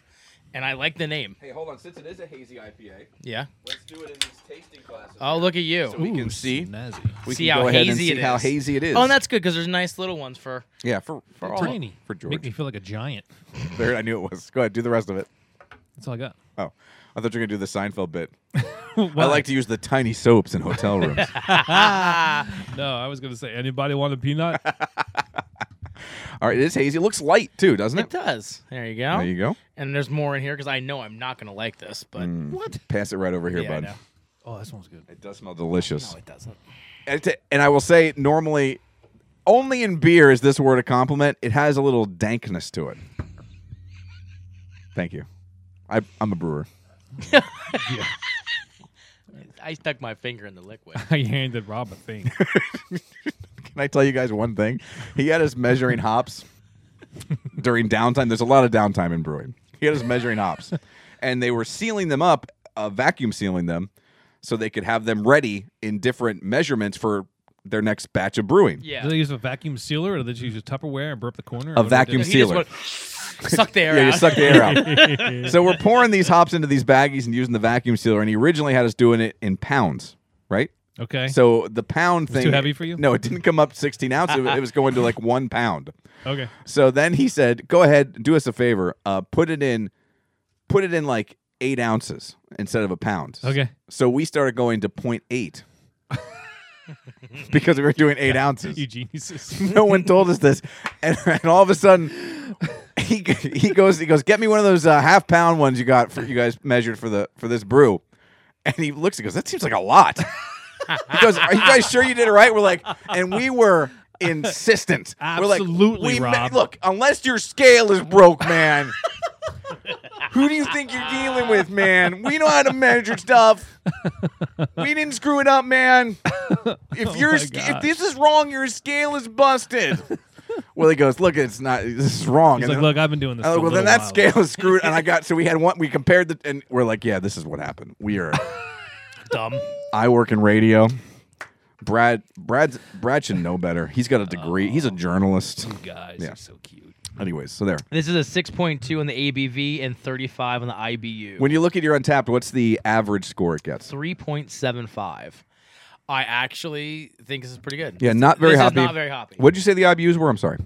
and I like the name.
Hey, hold on. Since it is a hazy IPA,
Yeah.
let's do it in these tasting classes.
Oh, look at you.
we can see.
Snazzy.
We
see
can
how
go ahead and
hazy
see
it
how
is.
hazy it is.
Oh, and that's good because there's nice little ones for.
yeah for for all
Tiny.
for
Make me
George.
feel like a giant.
There, I knew it was. Go ahead, do the rest of it.
That's all I got.
Oh, I thought you were gonna do the Seinfeld bit. I
Why?
like to use the tiny soaps in hotel rooms.
No, I was gonna say anybody want a peanut?
all right, it is hazy. It looks light too, doesn't
It
it?
does. There you go.
There you go. Hmm.
And there's more in here because I know I'm not gonna like this, but
What? Pass it right over here,
Yeah, I
bud.
know.
oh, that smells good.
It does smell delicious.
no, it doesn't.
and, t- and I will say, normally, only in beer is this word a compliment. It has a little dankness to it. Thank you. I, I'm a brewer.
I stuck my finger in the liquid.
I handed Rob a thing.
Can I tell you guys one thing? He had us measuring hops during downtime. There's a lot of downtime in brewing. He had us measuring hops, and they were sealing them up, uh, vacuum sealing them, so they could have them ready in different measurements for their next batch of brewing.
Yeah.
Did they use a vacuum sealer, or did they use a Tupperware and burp the corner? or
A
what did they
vacuum
do?
He just
sealer.
went, suck the air
yeah,
out.
you suck the air out. so we're pouring these hops into these baggies and using the vacuum sealer. And he originally had us doing it in pounds, right?
Okay.
So the pound
was
thing
Eh. too heavy for you?
No, it didn't come up 16 ounces. It was- it was going to like one pound.
okay.
So then he said, "Go ahead, do us a favor. Uh, put it in, put it in like eight ounces instead of a pound."
Okay.
So we started going to 0.8 because we were doing eight ounces
You geniuses.
no one told us this, and, and all of a sudden, he he goes he goes get me one of those uh, half pound ones you got for you guys measured for the for this brew, and he looks and goes that seems like a lot. he goes, are you guys sure you did it right? We're like, and we were insistent. we're like,
Absolutely,
we ma-
Rob.
look, unless your scale is broke, man. Who do you think you're dealing with, man? We know how to measure stuff. We didn't screw it up, man. If
Oh
your
my
sc- if
gosh.
this is wrong, your scale is busted. well, he goes, look, it's not. This is wrong.
He's
And
like,
then-
look, I've been doing this.
I was
for
like,
a
Oh, well, then
little
that
while."
scale is screwed. And I got so we had one. We compared the and we're like, yeah, this is what happened. We are.
Dumb.
I work in radio. Brad, Brad, Brad should know better. He's got a degree. He's a
Oh.
journalist.
Guys,
Yeah.
you're so cute.
Anyways, so there.
This is a 6.2 on the ABV and 35 on the IBU.
When you look at your untapped, what's the average score it gets?
3.75. I actually think this is pretty good.
Yeah, not very
this
hoppy.
Is not very hoppy.
What'd you say the IBUs were? I'm sorry.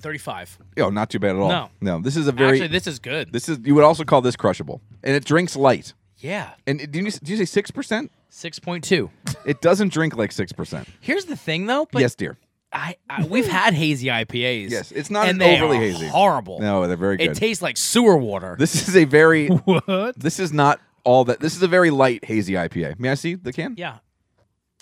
35.
Oh, not too bad at all.
No.
no. This is a very.
actually, this is good.
This is you would also call this crushable, and it drinks light.
yeah,
And it- did you did you say six percent?
6.2.
It doesn't drink like six percent.
Here's the thing, though. But
Yes, dear.
I, I we've had hazy IPAs.
Yes, it's not
and
an
they
overly
are
hazy.
Horrible.
No, they're very
it
good.
tastes like sewer water.
this is a very.
What?
This is not all that. This is a very light hazy IPA. May I see the can?
yeah,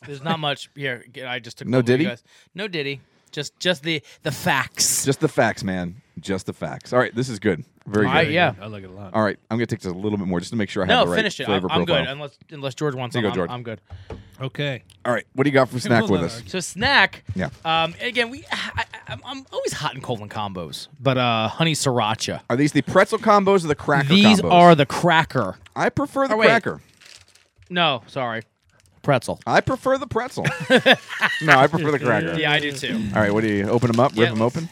there's not much here. g- I just took
No
one for you
diddy?
guys. No diddy. Just just the the facts.
Just the facts, man. Just the facts. All right, this is good. Very good.
I- yeah.
I like it a lot.
All right, I'm gonna take just a little bit more just to make sure I
no,
have the right
finish it. I'm,
flavor
I'm
profile.
good. Unless unless George wants
Here
some,
you go,
I'm,
George.
I'm good.
Okay.
All right, what do you got for snack
Hold
with
on,
us?
Eric.
So snack.
Yeah.
Um. Again, we. I, I, I'm- I'm always hot and cold in combos, but uh, honey sriracha.
Are these the pretzel combos or the cracker
These
combos?
are the cracker.
I prefer the
Oh, wait.
cracker.
No, sorry, pretzel.
I prefer the pretzel. no, I prefer the cracker.
Yeah, I do too.
All right, what do you open them up? Rip
Yeah,
them
let's-
open?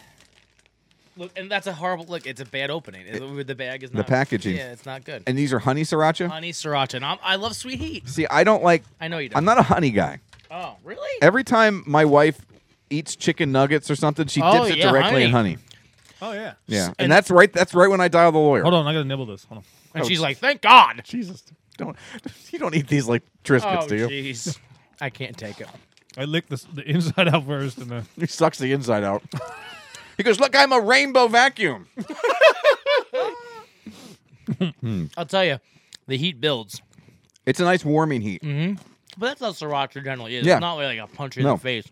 Look, and that's a horrible look. It's a bad opening. It- the bag is not
packaging.
Yeah, it's not good.
And these are honey sriracha.
honey sriracha. And I'm, I love sweet heat.
See, I don't like.
I know you don't.
I'm not a honey guy.
oh, really?
Every time my wife eats chicken nuggets or something, she
Oh,
dips it
yeah,
directly in honey.
Oh yeah.
Yeah, and,
And-
that's right. That's right when I dial the lawyer.
Hold on, I gotta nibble this. Hold on.
and she's like, "Thank God."
Jesus, don't you don't eat these like Triscuits,
Oh,
do you?
jeez. I can't take it.
I licked this, the inside out first, and then
He sucks the inside out. he goes, "Look, I'm a rainbow vacuum."
I'll tell you, the heat builds,
It's a nice warming heat,
Mm-hmm. but that's how sriracha generally is.
Yeah.
It's not really like a punch you
No.
in the face.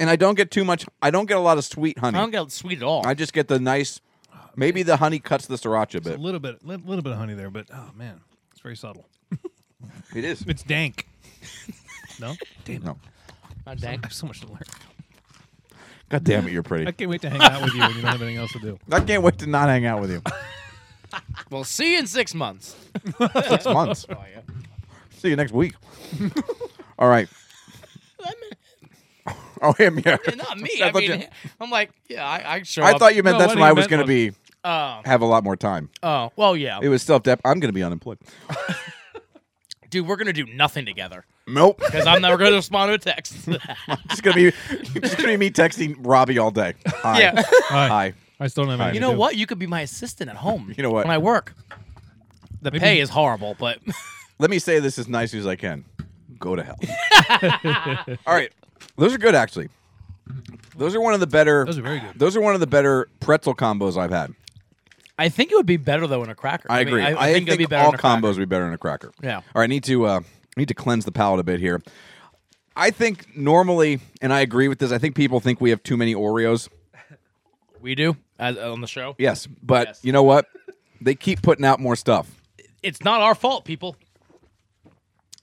and I don't get too much. I don't get a lot of sweet honey.
I
I,
don't get sweet at all.
just get the nice. Maybe the honey cuts the sriracha a
a
bit.
little bit, little, little bit of honey there, but oh man, it's very subtle.
It is.
It's dank. no, damn,
No.
Not dank.
I have so much to learn.
God damn it, you're
I
pretty.
can't wait to hang out with you when you don't have anything else to do.
I can't wait to not hang out with you.
We'll see you in six months.
Six months.
Oh, yeah.
See you next week. All right. Oh, him, yeah.
Not me.
I
I,
thought
mean,
you-
I'm like, yeah, I, I show
I
up.
thought you meant
No,
that's
what
when
he
I was going
meant
to
was-
be
Oh,
have a lot more time.
oh, well, yeah,
It was self dep. I'm going to be unemployed.
dude, we're gonna do nothing together
Nope.
because I'm never gonna respond to a text.
just gonna be just gonna be me texting Robbie all day. Hi.
yeah,
Hi.
Hi.
I still don't have anything
you
to
know
do.
what? You could be my assistant at home.
You know what?
When I work, the
Maybe-
pay is horrible, but
Let me say this as nice as I can. Go to hell. all right. Those are good actually. Those are one of the better
Those are very good.
Those are one of the better pretzel combos I've had.
I think it would be better though in a cracker.
I
mean,
agree.
I, think, it'd be better
all
in a cracker.
combos would be better in a cracker.
Yeah.
All right, I need to uh, need to cleanse the palate a bit here. I think normally, and I agree with this. I think people think we have too many Oreos.
We do as, on the show.
Yes, but
Yes.
you know what? They keep putting out more stuff,
It's not our fault, people.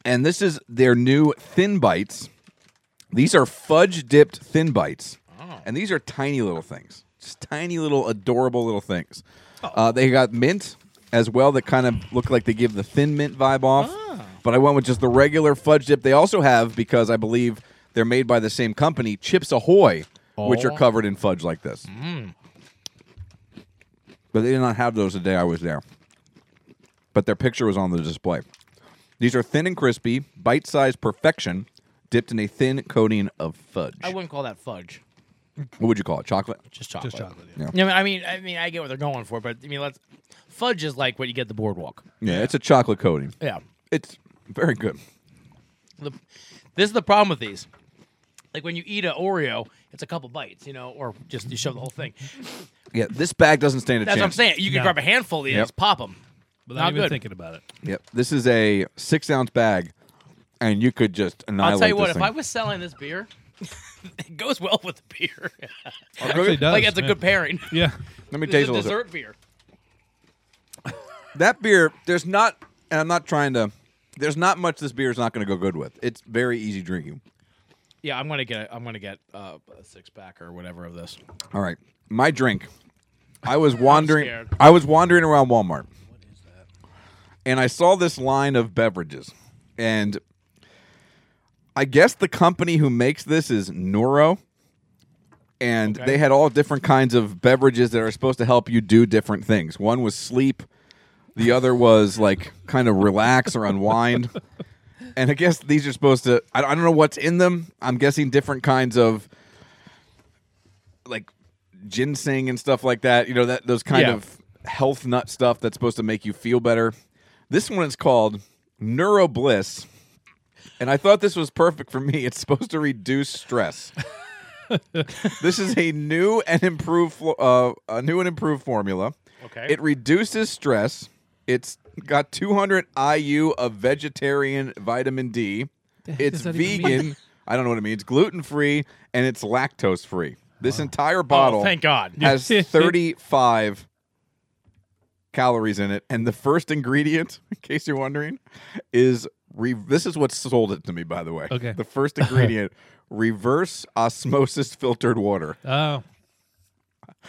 and this is their new thin bites. These are fudge dipped thin bites, and these are tiny little things, just tiny little adorable little things. Uh, they got mint as well that kind of look like they give the thin mint vibe off. But I went with just the regular fudge dip. They also have because I believe they're made by the same company, Chips Ahoy, which are covered in fudge like this. But they did not have those the day I was there. But their picture was on the display. These are thin and crispy, bite-sized perfection, dipped in a thin coating of fudge.
I wouldn't call that fudge.
what would you call it? Chocolate?
Just chocolate.
Just chocolate,
yeah.
Yeah, I mean, I mean, I get what they're going for, but I mean, let's fudge is like what you get at the boardwalk.
Yeah, it's a chocolate coating.
Yeah.
It's very good.
The, this is the problem with these. Like when you eat an Oreo, it's a couple bites, you know, or just you shove the whole thing.
Yeah, this bag doesn't stand a
That's
chance.
what I'm saying. You can
No.
grab a handful of these,
Yep.
just pop them.
Without
Not
even
good.
thinking about it.
Yep. This is a six ounce bag, and you could just annihilate.
I'll tell you what.
this
If
thing.
I was selling this beer, it goes well with the beer.
Oh, Actually does,
like it's a
yeah.
good pairing.
Yeah.
let me
It's
taste
a
a little. bit.
dessert beer.
That beer, there's not, and I'm not trying to. There's not much this beer is not going to go good with. It's very easy drinking.
Yeah, I'm gonna get. I'm gonna get uh, a six pack or whatever of this.
All right, my drink. I was wandering.
scared.
I was wandering around Walmart, and I saw this line of beverages, and I guess the company who makes this is Nuro, and they had all different kinds of beverages that are supposed to help you do different things. One was sleep, the other was like kind of relax or unwind. And I guess these are supposed to. I I don't know what's in them. I'm guessing different kinds of like ginseng and stuff like that. You know that those kind
Yeah.
of health nut stuff that's supposed to make you feel better. This one is called NeuroBliss, and I thought this was perfect for me. It's supposed to reduce stress. this is a new and improved flo- uh, a new and improved formula.
Okay.
It reduces stress. It's got 200 IU of vegetarian vitamin D. It's vegan. I don't know what it means. Gluten free and it's lactose free. This entire bottle
Oh, thank God.
has 35 calories in it, and the first ingredient, in case you're wondering, is re- this is what sold it to me. By the way,
Okay.
The first ingredient, reverse osmosis filtered water.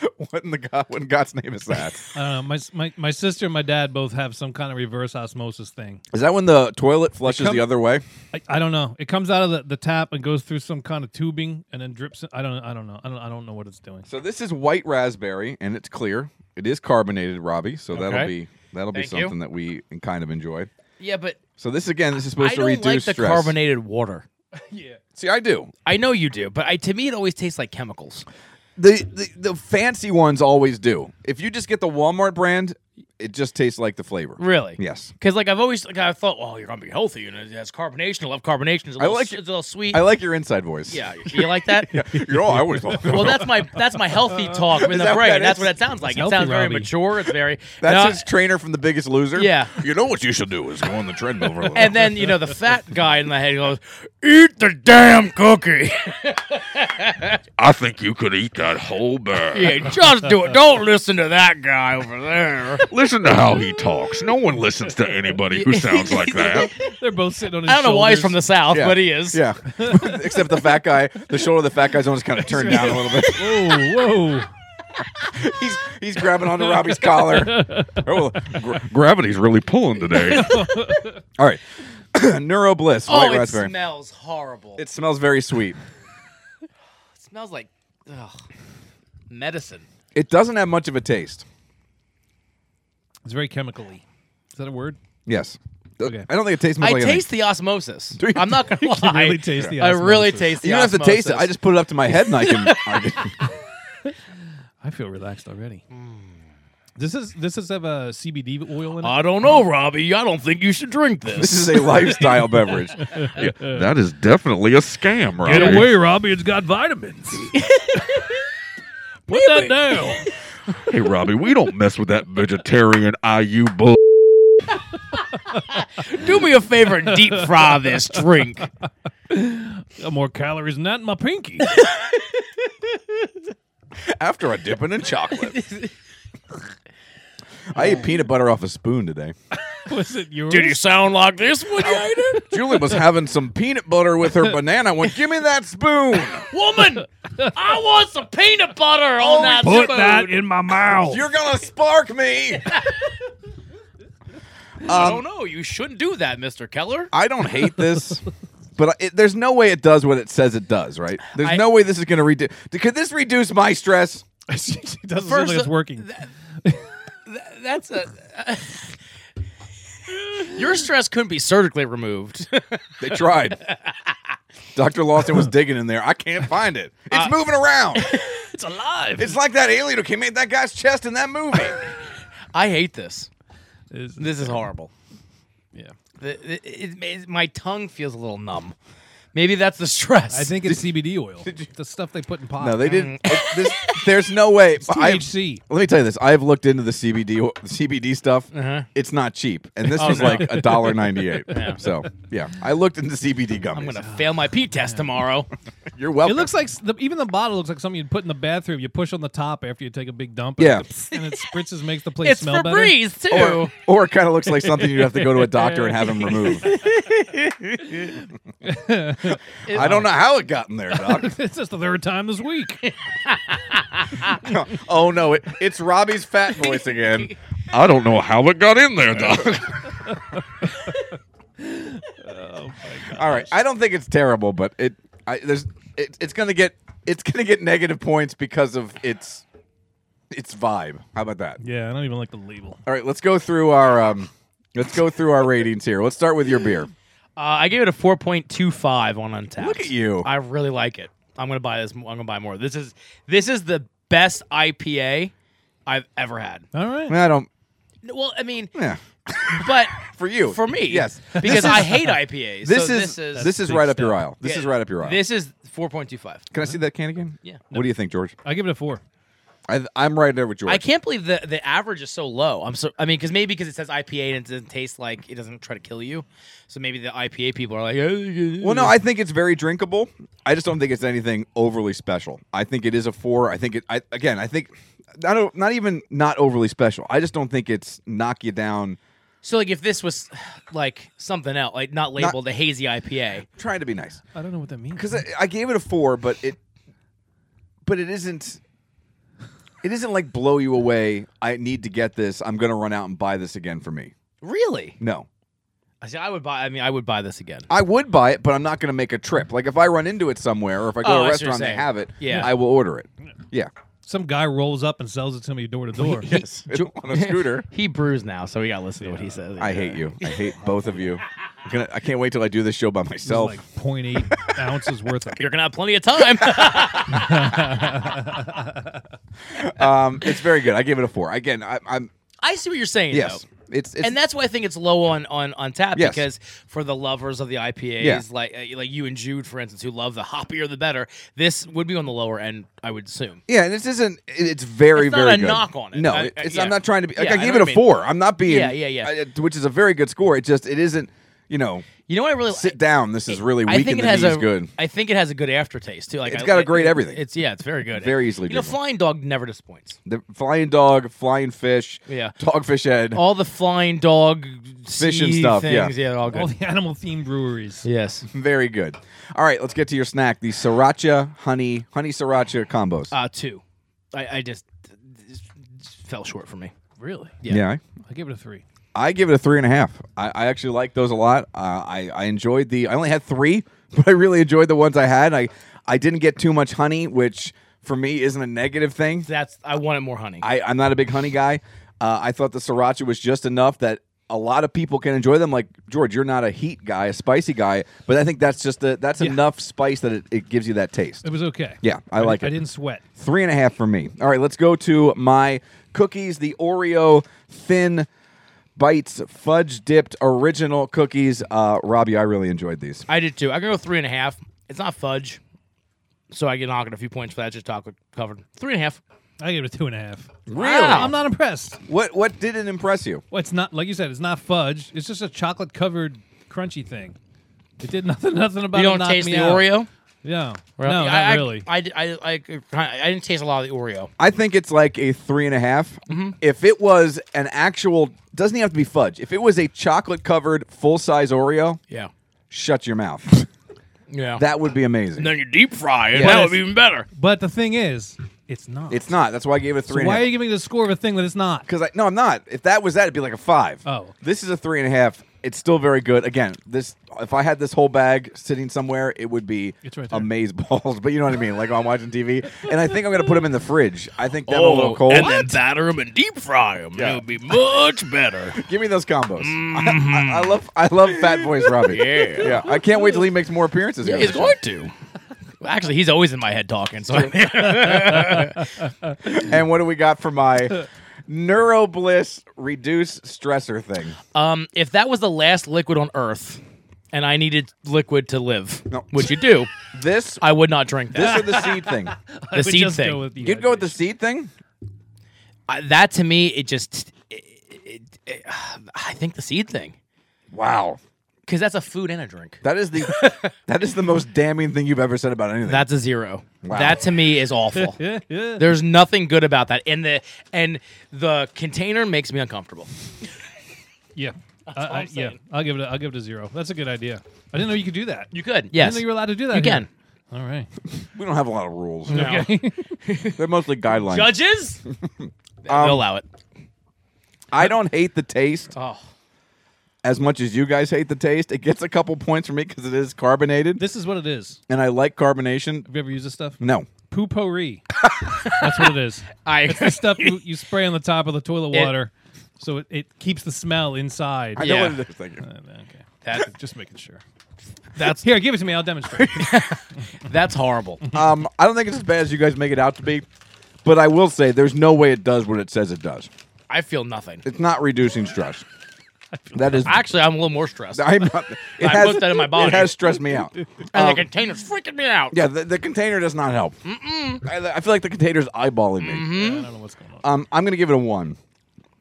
Oh, I
What in the god? What in God's name is that?
don't know. My, s- my my sister and my dad both have some kind of reverse osmosis thing.
is that when the toilet flushes
come-
the other way?
I, I don't know. It comes out of the, the tap and goes through some kind of tubing and then drips. In, I don't I don't know. I don't I don't know what it's doing.
So this is white raspberry, and it's clear. It is carbonated, Robbie. So that'll
Okay.
be that'll be
Thank you.
something that we kind of enjoy.
Yeah, but
So this again, this is supposed
I
to
don't
reduce
like the
stress.
carbonated water.
See, I do.
I know you do, but I, to me it always tastes like chemicals.
The, the the fancy ones always do. If you just get the Walmart brand, it just tastes like the flavor.
Really?
Yes.
Because like I've always like I thought, well, you're gonna be healthy and it has carbonation. I love carbonation. It's a little,
like
s-
it.
it's a little sweet.
I like your inside voice.
Yeah, you like that?
You're all I always love.
Well, that's my that's my healthy talk in the
that what
brain.
that
that's
Uh, is?
what it sounds like. It
healthy,
sounds very
Robbie.
mature. It's very
That's
No,
his trainer from The Biggest Loser.
Yeah.
You know what you should do is go on the treadmill for a little.
And then you know the fat guy in the head goes, "Eat the damn cookie."
I think you could eat that whole bag.
yeah, just do it. Don't listen to that guy over there.
Listen to how he talks. No one listens to anybody who sounds like that.
They're both sitting on. His
I don't know why he's from the
shoulders.
south,
Yeah.
but he is.
Yeah. Except the fat guy, the shoulder of the fat guy's almost kind of turned down a little bit.
Whoa, whoa!
He's he's grabbing onto Robbie's collar. Oh, gra-
Gravity's really pulling today.
all right. NeuroBliss,
Oh,
white
it
raspberry.
smells horrible.
it smells very sweet.
smells like ugh, medicine.
It doesn't have much of a taste.
It's very chemically. Is that a word?
Yes.
Okay.
I don't think it tastes much
I
like anything.
taste the osmosis. I'm not gonna
You
lie.
really taste the
I really
osmosis.
taste the
You don't have to taste it. I
osmosis.
just put it up to my head and I can. I can-
I feel relaxed already. This is this is uh, have a CBD oil in it.
I don't know, Robbie. I don't think you should drink this.
this is a lifestyle beverage.
That is definitely a scam, right?
Robbie. It's got vitamins. Put that down.
Hey, Robbie, we don't mess with that vegetarian IU bull.
Do me a favor and deep fry this drink.
Got more calories than that in my pinky.
After I dip it in chocolate. I ate peanut butter off a spoon today.
Was it yours?
Did you sound like this when you ate it?
Julie was having some peanut butter with her banana. I went, give me that spoon.
Woman, I want some peanut butter on that spoon.
in my mouth.
You're gonna spark me.
I don't know. You shouldn't do that, Mr. Keller.
I don't hate this, but I- it, there's no way it does what it says it does, right? There's
I-
no way this is gonna reduce. Could this reduce my stress?
she she doesn't seem
First,
like it's
uh,
working.
That's a. your stress couldn't be surgically removed.
They tried. Dr. Lawson was digging in there. I can't find it. It's moving around.
it's alive.
It's like that alien who came in that guy's chest in that movie.
I hate this.
Is-
This is horrible.
yeah.
The- it- it- it- my tongue feels a little numb. Maybe that's the stress.
I think it's CBD oil. the stuff they put in pot.
No, they didn't. it- this, there's no way. I-
THC.
let me tell you this. I have looked into the CBD o- CBD stuff. It's not cheap, and this was like a dollar ninety eight. So yeah, I looked into CBD gummies.
I'm gonna fail my P test tomorrow.
You're welcome.
It looks like s- the, even the bottle looks like something you'd put in the bathroom. You push on the top after you take a big dump. and
Yeah.
it- and it spritzes, makes the place
it's
smell better.
Febreze too.
or, or it kind of looks like something you'd have to go to a doctor and have him remove. I don't know how it got in there, Doc.
it's just the third time this week.
oh no, it, it's Robbie's fat voice again.
I don't know how it got in there, Doc.
All right, I don't think it's terrible, but it I, there's it, it's gonna get it's gonna get negative points because of its its vibe. How about that?
yeah, I don't even like the label.
All right, let's go through our um, let's go through our ratings here. Let's start with your beer.
Uh, I gave it a 4.25 on Untapped.
Look at you.
I really like it. I'm gonna buy this. I'm gonna buy more. This is this is the best IPA I've ever had.
All right.
I don't.
Well, I mean,
Yeah,
but
for you,
for me,
yes.
because I hate IPAs.
This
so
is
this is
this is
big
right up your
step.
aisle. This
yeah,
is right up your aisle.
This is 4.25.
Can I see that can again?
Yeah.
What do you think, George?
I give it a four.
I, I'm right there with George.
I can't believe the the average is so low. I'm so I mean because maybe because it says IPA and it doesn't taste like it doesn't try to kill you, so maybe the IPA people are like, "Oh,
Well, no, I think it's very drinkable. I just don't think it's anything overly special. I think it is a four. I think it. I again. I think. I don't. Not even not overly special. I just don't think it's knock you down.
So like if this was like something else, like not labeled a hazy IPA,
trying to be nice
Uh,
I don't know what that means.
because I, I gave it a four, but it. But it isn't. It isn't like blow you away. I need to get this. I'm going to run out and buy this again for me.
really?
No,
I see. I would buy. I mean, I would buy this again.
I would buy it, but I'm not going to make a trip. Like if I run into it somewhere, or if I go
Oh,
to a
I see what you're
restaurant and they
saying.
have it,
Yeah.
I will order it. Yeah,
Some guy rolls up and sells it to me door to door.
yes, on a scooter.
He brews now, so we gotta listen to what he says.
I hate you. I hate both of you. I'm gonna, I can't wait till I do this show by
It's
myself.
like 0.8 ounces worth of
You're gonna have plenty of time.
um, it's very good. I gave it a four. Again, I, I'm
I see what you're saying.
yes.
though.
It's, it's
and that's why I think it's low on on on tap
Yes.
because for the lovers of the IPAs,
Yeah.
like uh, like you and Jude, for instance, who love the hoppier the better, this would be on the lower end, I would assume.
yeah. And this isn't. it- It's very
It's not
very
a
good.
knock on it.
No,
I- I-
it's,
yeah.
I'm not trying to be. Like,
Yeah,
I
I
gave
know
it a
what you mean.
four. I'm not being.
Yeah, yeah, yeah.
I- uh, which is a very good score. It just it isn't. You know,
You know what I really
sit down. This is really weak.
I think
and
it
the
has
knee's
a
good.
I think it has a good aftertaste too. Like
It's
I-
got a
it-
great
it-
everything.
It's yeah, it's very good.
Very easily
You know,
drinkable.
Flying Dog never disappoints.
The flying dog, flying fish,
Yeah. Oh.
dogfish head.
All the Flying Dog
Fish and
sea
stuff, yeah.
Things, yeah, they're all good.
all the animal themed breweries.
yes.
Very good. All right, let's get to your snack. The sriracha honey honey sriracha combos.
Uh, two. I, I just this fell short for me. Really? Yeah.
yeah.
I give it a three.
I give it a three and a half. I, I actually like those a lot. Uh, I I enjoyed the. I only had three, but I really enjoyed the ones I had. I I didn't get too much honey, which for me isn't a negative thing.
That's I wanted more honey.
I, I'm not a big honey guy. Uh, I thought the sriracha was just enough that a lot of people can enjoy them. Like George, you're not a heat guy, a spicy guy, but I think that's just a, that's enough spice that it, it gives you that taste.
It was okay.
Yeah, I like
I
it.
didn't sweat.
Three and a half for me. All right, let's go to my cookies, the Oreo thin bites fudge dipped original cookies. Uh, Robbie, I really enjoyed these.
I did too. I can go three and a half. It's not fudge, so I get knocking a few points for that. Just chocolate covered. Three and a half.
I gave it a two and a half.
Really?
I'm not impressed.
What what didn't impress you?
Well, it's not like you said. It's not fudge. It's just a chocolate covered crunchy thing. It did nothing. Nothing about.
You
it
don't
knocked
taste
me
the
out.
Oreo.
Yeah.
Really?
No,
I,
not
I-
really.
I, I, I, I, didn't taste a lot of the Oreo.
I think it's like a three and a half. If it was an actual, doesn't even have to be fudge. If it was a chocolate covered full size Oreo,
Yeah.
shut your mouth.
Yeah.
that would be amazing.
and then you deep fry it.
Yeah.
That would be even better.
but the thing is, it's not.
It's not. That's why I gave it a
so
three and a
why
half.
are you giving the score of a thing that it's not?
Because I no, I'm not. If that was that, it'd be like a five.
Oh.
this is a three and a half. It's still very good. Again, this if I had this whole bag sitting somewhere, it would be
It's right there.
amaze balls. But you know what I mean. Like I'm watching TV, and I think I'm gonna put them in the fridge. I think them a little cold.
batter them Oh, and deep fry them.
Yeah.
It would be much better.
Give me those combos. I, I- I love I love Fat Boys Robbie.
Mm-hmm. Yeah.
yeah. I can't wait till he makes more appearances. here on
He's
the show.
going to. Actually, he's always in my head talking. So
And what do we got for my neurobliss reduce stressor thing?
um, if that was the last liquid on Earth, and I needed liquid to live,
No.
which you do,
This
I would not drink that.
this or the seed thing?
I
the
would
seed
just
thing.
Go with the
You'd go with the seed thing.
I- that to me, it just. It, it, it, I think the seed thing,
Wow.
because that's a food and a drink.
That is the that is the most damning thing you've ever said about anything.
That's a zero. That to me is awful.
Yeah, yeah.
There's nothing good about that, and the and the container makes me uncomfortable.
Yeah. I,
all I'm
I, yeah,
saying.
I'll give it. A, I'll give it a zero. That's a good idea. I didn't know you could do that.
You could,
I didn't
yes,
know you were allowed to do that.
You
here.
can.
All right.
we don't have a lot of rules.
Okay.
They're mostly guidelines.
Judges,
Um,
they'll allow it.
I don't hate the taste
Oh,
as much as you guys hate the taste. It gets a couple points for me because it is carbonated,
this is what it is.
and I like carbonation.
Have you ever used this stuff?
No,
Poo potpourri. That's what it is.
I
It's the stuff you, you spray on the top of the toilet
It-
water, so it, it keeps the smell inside.
I
Yeah.
know what it is. Thank you.
Uh, okay.
That-
just making sure.
that's
Here, give it to me. I'll demonstrate.
that's horrible.
Um, I don't think it's as bad as you guys make it out to be, but I will say there's no way it does what it says it does.
I feel nothing.
It's not reducing stress. That is,
Actually, I'm a little more stressed,
I'm not, it
I
has,
put that in my body.
It has stressed me out.
and the container's freaking me out.
Yeah, the, the container does not help. I, I feel like the container's eyeballing me.
Mm-hmm.
I don't know what's going on.
Um, I'm gonna give it a one.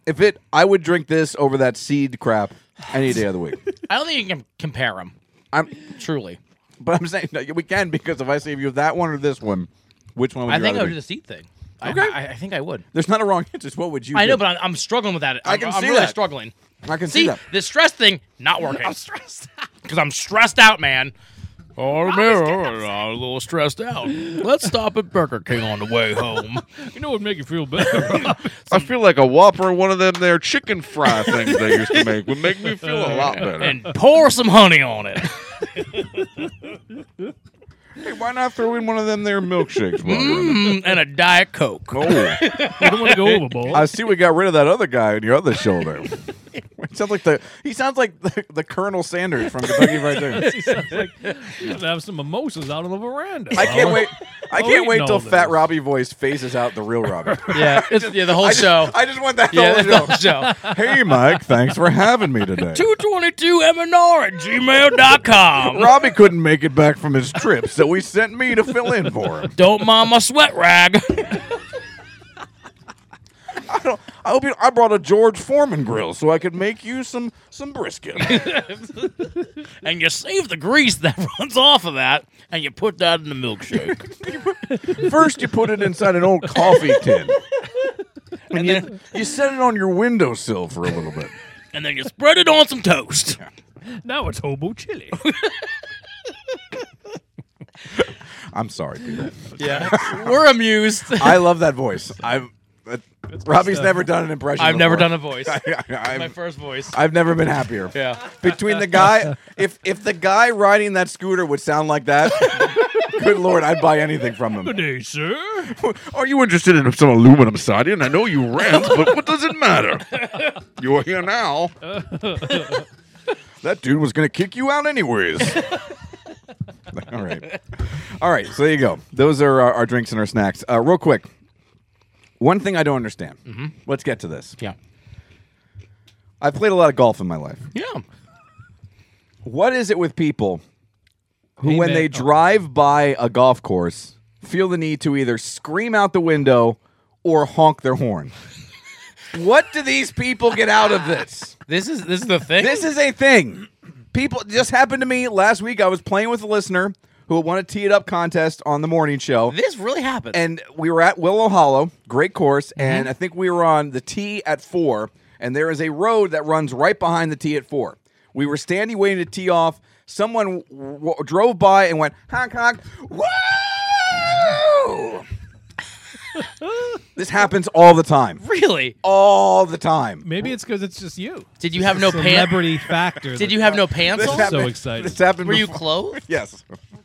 If it, I would drink this over that seed crap any day of the week.
I don't think you can compare them.
I'm,
Truly,
but I'm saying no, we can because if I save you that one or this one, which one would
I
you
think I
rather
would do
be?
the seed thing. I-
Okay.
I, I think I would.
There's not a wrong answer. It's what would you?
I
do?
know, but I'm, I'm struggling with that. I'm,
can
I'm
see
really
that.
struggling.
I can see
See,
that.
the stress thing not working. I'm stressed out because I'm stressed out, man. Oh, man, I'm a little stressed out. Let's stop at Burger King on the way home.
You know what would make you feel better?
I feel like a Whopper, one of them there chicken fry things they used to make would make me feel a lot better.
and pour some honey on it.
Hey, why not throw in one of them there milkshakes? while you're in
Mm, and a Diet Coke.
Oh.
you don't want to go overboard.
I see we got rid of that other guy on your other shoulder. It sounds like the he sounds like the, the Colonel Sanders from Kentucky Fried Chicken.
He sounds like you should have some mimosas out on the veranda.
I can't wait. I
Oh,
can't
we
wait
know
till
this.
Fat Robbie voice phases out the real Robbie.
Yeah, it's, yeah, the whole
I
show.
Just, I just want that
yeah,
whole
that's
show.
the whole show.
Hey, Mike. Thanks for having me today.
222 MNR at gmail.com.
Robbie couldn't make it back from his trip, so he sent me to fill in for him.
Don't mind my sweat rag.
I, don't, I hope you. I brought a George Foreman grill so I could make you some some brisket.
and you save the grease that runs off of that, and you put that in the milkshake.
First, you put it inside an old coffee tin, and then you set it on your windowsill for a little bit.
and then you spread it on some toast.
Now it's hobo chili.
I'm sorry, people.
Yeah. We're amused.
I love that voice. I've uh, Robbie's never done an impression.
I've never done
before.
a voice.
I,
My
I've,
first voice.
I've never been happier.
Yeah.
Between the guy, if if the guy riding that scooter would sound like that, Good lord, I'd buy anything from him.
Hey, sir.
Are you interested in some aluminum siding? I know you rent, but what does it matter? You're here now.
Uh,
That dude was gonna kick you out anyways. All right, all right. So there you go. Those are our, our drinks and our snacks. Uh, real quick, one thing I don't understand.
Mm-hmm.
Let's get to this.
Yeah.
I've played a lot of golf in my life.
Yeah.
What is it with people who,
Hey,
when
man.
they
Oh.
drive by a golf course, feel the need to either scream out the window or honk their horn? what do these people get out of this?
This is this is the thing.
This is a thing. People it just happened to me last week. I was playing with a listener who won a tee it up contest on the morning show.
this really happens.
And we were at Willow Hollow, great course,
Mm-hmm.
and I think we were on the tee at four, and there is a road that runs right behind the tee at four. We were standing waiting to tee off. Someone w- w- drove by and went honk honk. Woo! this happens all the time,
really?
all the time.
Maybe it's because it's just you.
Did you have no pants?
Celebrity factor.
Did you have no pants
This
on?
happened-
happen-
excited.
This happened.
Were you
before-
clothed?
Yes.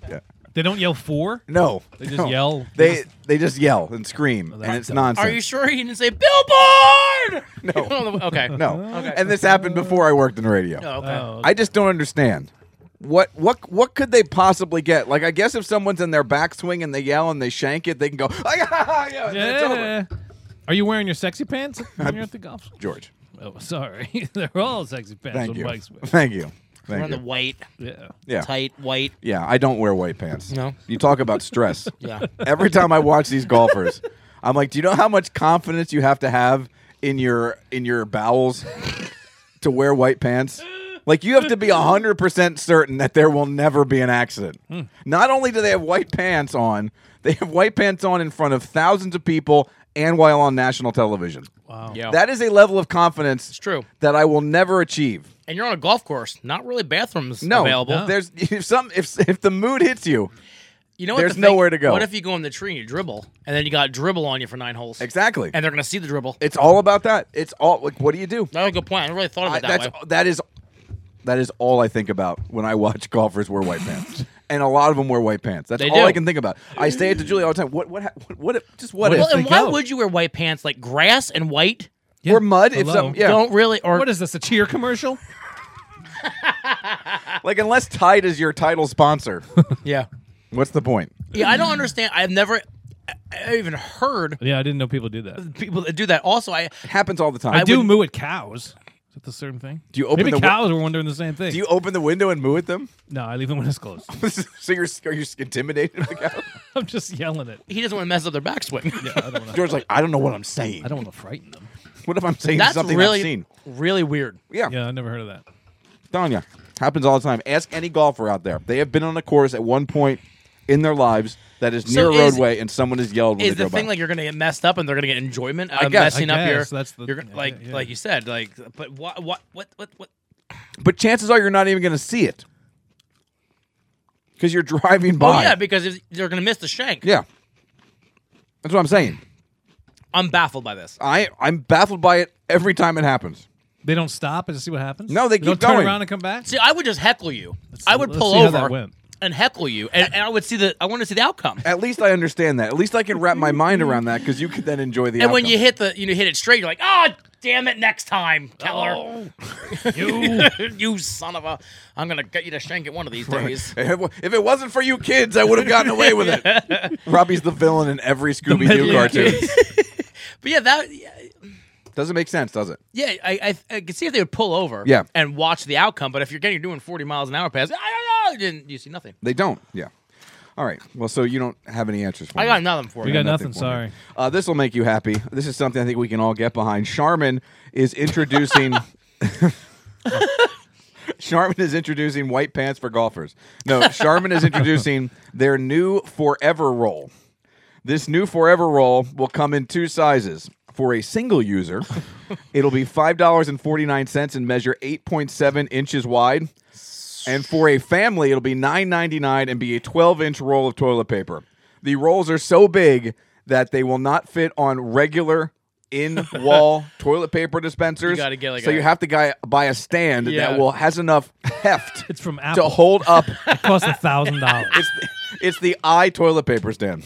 Yeah.
They don't yell four.
No,
They just
no.
yell? Oh,
They they just yell and scream, and it's nonsense.
Are you sure he didn't say billboard? No. okay.
No,
Okay.
and this happened before I worked in radio.
Oh, okay.
Oh,
I just don't understand. What what what could they possibly get? Like I guess if someone's in their backswing and they yell and they shank it, they can go. "Ah, yeah, and then it's over.
yeah. Are you wearing your sexy pants when you're at the golf?
George,
Oh, sorry. They're all sexy pants.
thank
when
you.
Mike's with.
thank you,
We're
thank
on the
you.
white,
Yeah.
Yeah,
tight white.
yeah. I don't wear white pants.
No.
you talk about stress.
Yeah.
Every time I watch these golfers, I'm like, do you know how much confidence you have to have in your in your bowels to wear white pants? Like you have to be 100% certain that there will never be an accident.
Hmm.
Not only do they have white pants on, they have white pants on in front of thousands of people and while on national television.
Wow.
Yeah.
That is a level of confidence
It's true.
that I will never achieve.
And you're on a golf course. Not really bathrooms
No.
available.
There's if some if if the mood hits you,
You know what
there's
the thing-
nowhere to go.
What if you go in the tree and you dribble, and then you got dribble on you for nine holes,
exactly.
and they're gonna see the dribble?
it's all about that. It's all like what do you do?
That's a good point. I never really thought of
I,
it that
that's
way.
that is that is all I think about when I watch golfers wear white pants, and a lot of them wear white pants. That's
They
all I
do.
can think about. I say it to Julie all the time. What what hap- what, what if- just what,
What
if
Well,
they
and why
go.
would you wear white pants like grass and white?
or mud if
Hello.
something yeah
Don't really or
What is this? A cheer commercial?
like unless Tide is your title sponsor,
yeah.
what's the point?
Yeah, I don't understand. I've never I- I even heard
Yeah, I didn't know people did that.
people that do that. Also, I
It happens all the time.
I do
Would-
moo at cows. Is that the same thing?
Do you open
Maybe
the wi-
cows were wondering the same thing.
Do you open the window and moo at them?
no, I leave them when it's closed.
so you're are you intimidated? by the cow?
I'm just yelling it.
he doesn't want to mess up their backswing.
Yeah, I don't want to.
George's like I don't know what I'm saying.
I don't want to frighten them.
What if I'm saying
That's
something
really
obscene?
really weird.
Yeah,
Yeah, I never heard of that.
telling ya, happens all the time. Ask any golfer out there. They have been on a course at one point in their lives that is near
So
a
is-
roadway, and someone has yelled when
Is
they
the
go
thing
by.
like you're gonna get messed up and they're gonna get enjoyment out
I
of
guess-
messing
I
up your
guess, that's the-
you're,
yeah,
like
yeah.
like you said like but what what what what what
but chances are you're not even going to see it because you're driving
oh
by.
yeah because if they're gonna miss the shank
Yeah. That's what I'm saying.
I'm baffled by this
I I'm baffled by it every time it happens.
They don't stop and just see what happens.
No, they
don't
keep going.
turn around and come back.
see I would just heckle you I would
let's
pull
see how
over
that went.
and heckle you and, and I would see the I want to see the outcome
At least I understand that. At least I can wrap my mind around that because you could then enjoy the.
and when you
outcome.
hit the you know hit it straight you're like oh damn it next time Keller
Oh.
You-
you son of a I'm gonna get you to shank it one of these days
If it wa- if it wasn't for you kids, I would have gotten away with it. Robbie's the villain in every Scooby Doo
meddling
cartoon.
but yeah that
Doesn't make sense, does it?
Yeah, I, I, I could see if they would pull over
Yeah.
and watch the outcome, but if you're getting you're doing 40 miles an hour past, I don't know, then you see nothing.
They don't. Yeah. All right. Well, so you don't have any answers for
I
me.
got nothing for
We
you.
got nothing.
for
Sorry.
me. Uh, this will make you happy. This is something I think we can all get behind. Charmin is introducing. Charmin is introducing white pants for golfers. No, Charmin is introducing their new Forever Roll. This new Forever Roll will come in two sizes. For a single user, it'll be $5.49 and measure 8.7 inches wide. And for a family, it'll be nine ninety nine and be a twelve inch roll of toilet paper. The rolls are so big that they will not fit on regular in wall toilet paper dispensers.
You gotta get, like,
so
a-
you have to guy, buy a stand
Yeah.
that will has enough heft
It's from
to
Apple.
hold up.
it costs a thousand dollars.
It's the, it's the I toilet paper stand.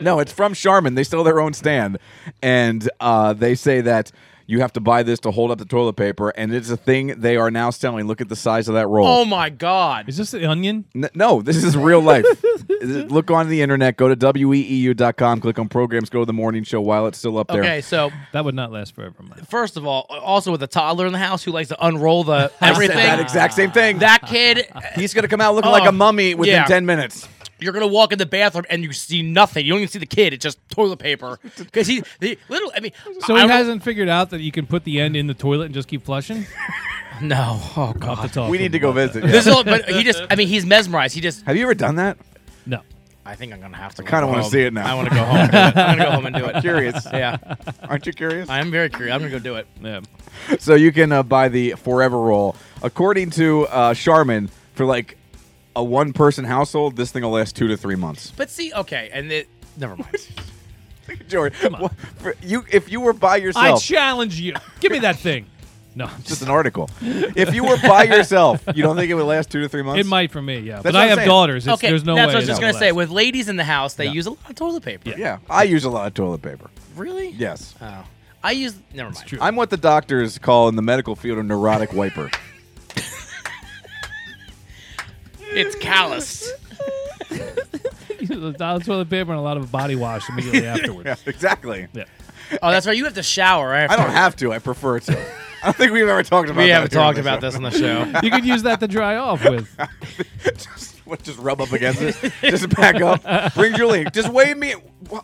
no, it's from Charmin. They sell their own stand, and uh, they say that you have to buy this to hold up the toilet paper, and it's a thing they are now selling. Look at the size of that roll.
Oh my god.
Is this the onion?
N- no, this is real life. Look on the internet. Go to E weeu.com. Click on programs. Go to the morning show while it's still up there.
Okay, so
That would not last forever. Man.
first of all, also with a toddler in the house who likes to unroll the
I said
everything.
that exact same thing.
that kid,
He's gonna come out looking
Oh,
like a mummy within
yeah.
ten minutes.
you're gonna walk in the bathroom and you see nothing. You don't even see the kid. It's just toilet paper because he, he little. I mean,
So
I,
he
I-
hasn't figured out that you can put the end in the toilet and just keep flushing.
no. Oh
I'll have to
god.
talk
We
to him
need to go
about that.
visit. yeah.
This is all, but he just. I mean, he's mesmerized. He just.
Have you ever done that?
No.
I think I'm gonna have to. I
kinda wanna see it now.
I want to go home. and do it. I'm gonna go home and do it.
Curious.
Yeah,
Aren't you curious?
I am very curious. I'm gonna go do it.
Yeah.
so you can uh, buy the forever roll according to uh, charmin for like a one person household this thing will last two to three months
But see, okay, and it. Never mind.
George, wha- for you if you were by
I
yourself
challenge you. Give me that thing. No, I'm
just
just
an article if you were by yourself you don't think it would last two to three months
it might for me. Yeah,
That's
but
what
I
I'm
have
saying.
daughters. It's,
Okay,
there's no
that's
way.
what I was
that
just
will
gonna say.
last.
With ladies in the house, they use a lot of toilet paper.
yeah i use a lot of toilet paper
Really?
yes
Oh, I use. Never mind.
true.
i'm what the doctors call in the medical field a neurotic wiper
It's calloused.
a lot of toilet paper and a lot of body wash immediately afterwards.
yeah exactly
Yeah.
Oh, that's right. You have to shower. Right?
i don't have to i prefer to i don't think we've ever talked about
We
that
haven't
here on
talked
the
about
show.
this on the show.
You could use that to dry off with.
just, what, just rub up against it. Just back up. Bring Julie. Just wave me. wha-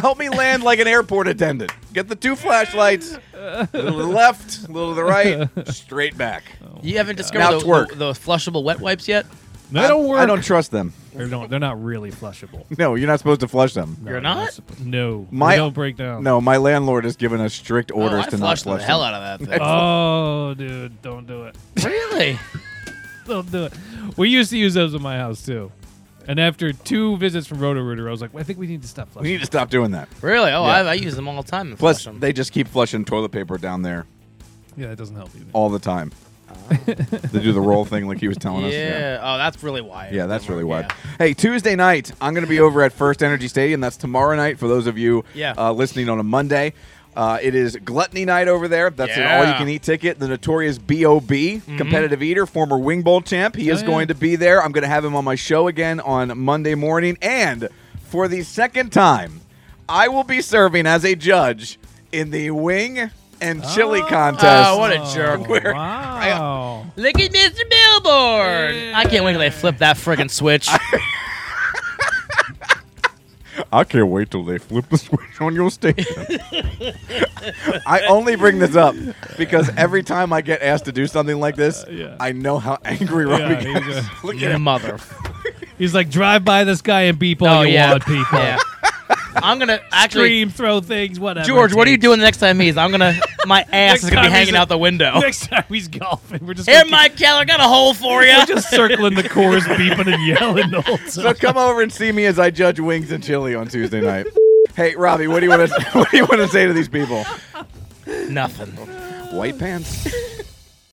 Help me land like an airport attendant. Get the two flashlights. A little to the left, a little to the right, straight back.
You haven't
Now
discovered the,
twerk.
the, the flushable wet wipes yet?
They don't work.
I don't trust them.
They're, don't, they're not really flushable.
No, you're not supposed to flush them.
You're not?
No, they
My-
don't break down.
No, my landlord has given us strict
Oh,
orders
I
to not
flushed the
flush
hell
them.
out of that thing.
Oh, dude, don't do it.
really?
Don't do it. We used to use those in my house too. And after two visits from Roto Rooter, I was like, I think we need to stop
We
flushing.
need to stop doing that.
Really? Oh,
Yeah.
I, I use them all the time. and
Plus,
flush them.
they just keep flushing toilet paper down there
yeah, that doesn't help either.
all the time. they do the roll thing like he was telling
Oh. yeah.
us.
Oh, that's really why.
Yeah, that's really wild.
Yeah.
Hey, Tuesday night, I'm going to be over at First Energy Stadium. That's tomorrow night for those of you
Yeah.
uh, listening on a Monday. Uh, it is Gluttony Night over there. That's
Yeah. Mm-hmm.
an all-you-can-eat ticket. The notorious B.O.B., competitive eater, former Wing Bowl champ. He is
yeah.
going to be there. I'm going to have him on my show again on Monday morning. And for the second time, I will be serving as a judge in the wing and chili contest.
Oh, what a jerk.
Wow.
Look at Mr. Billboard. I can't wait till they flip that friggin' switch.
I can't wait till they flip the switch on your station. I only bring this up because every time I get asked to do something like this,
Uh, yeah.
I know how angry Robbie
Yeah,
gets.
he's, uh,
Look at
Your
him.
mother.
He's like, drive by this guy and beep all
oh,
you
yeah.
want, people.
Yeah. I'm going to actually.
Scream, throw things, whatever.
George,
it
what are you
takes.
doing the next time he's? I'm gonna. My ass
Next
is gonna be
time he's
hanging
a-
out the window.
Next time he's golfing, we're just
Here,
gonna keep-
Mike Keller, got a hole for you.
we're just circling the chorus, beeping and yelling the whole time.
So come over and see me as I judge wings and chili on Tuesday night. hey, Robbie, what do you want to what do you want to say to these people?
Nothing.
White pants.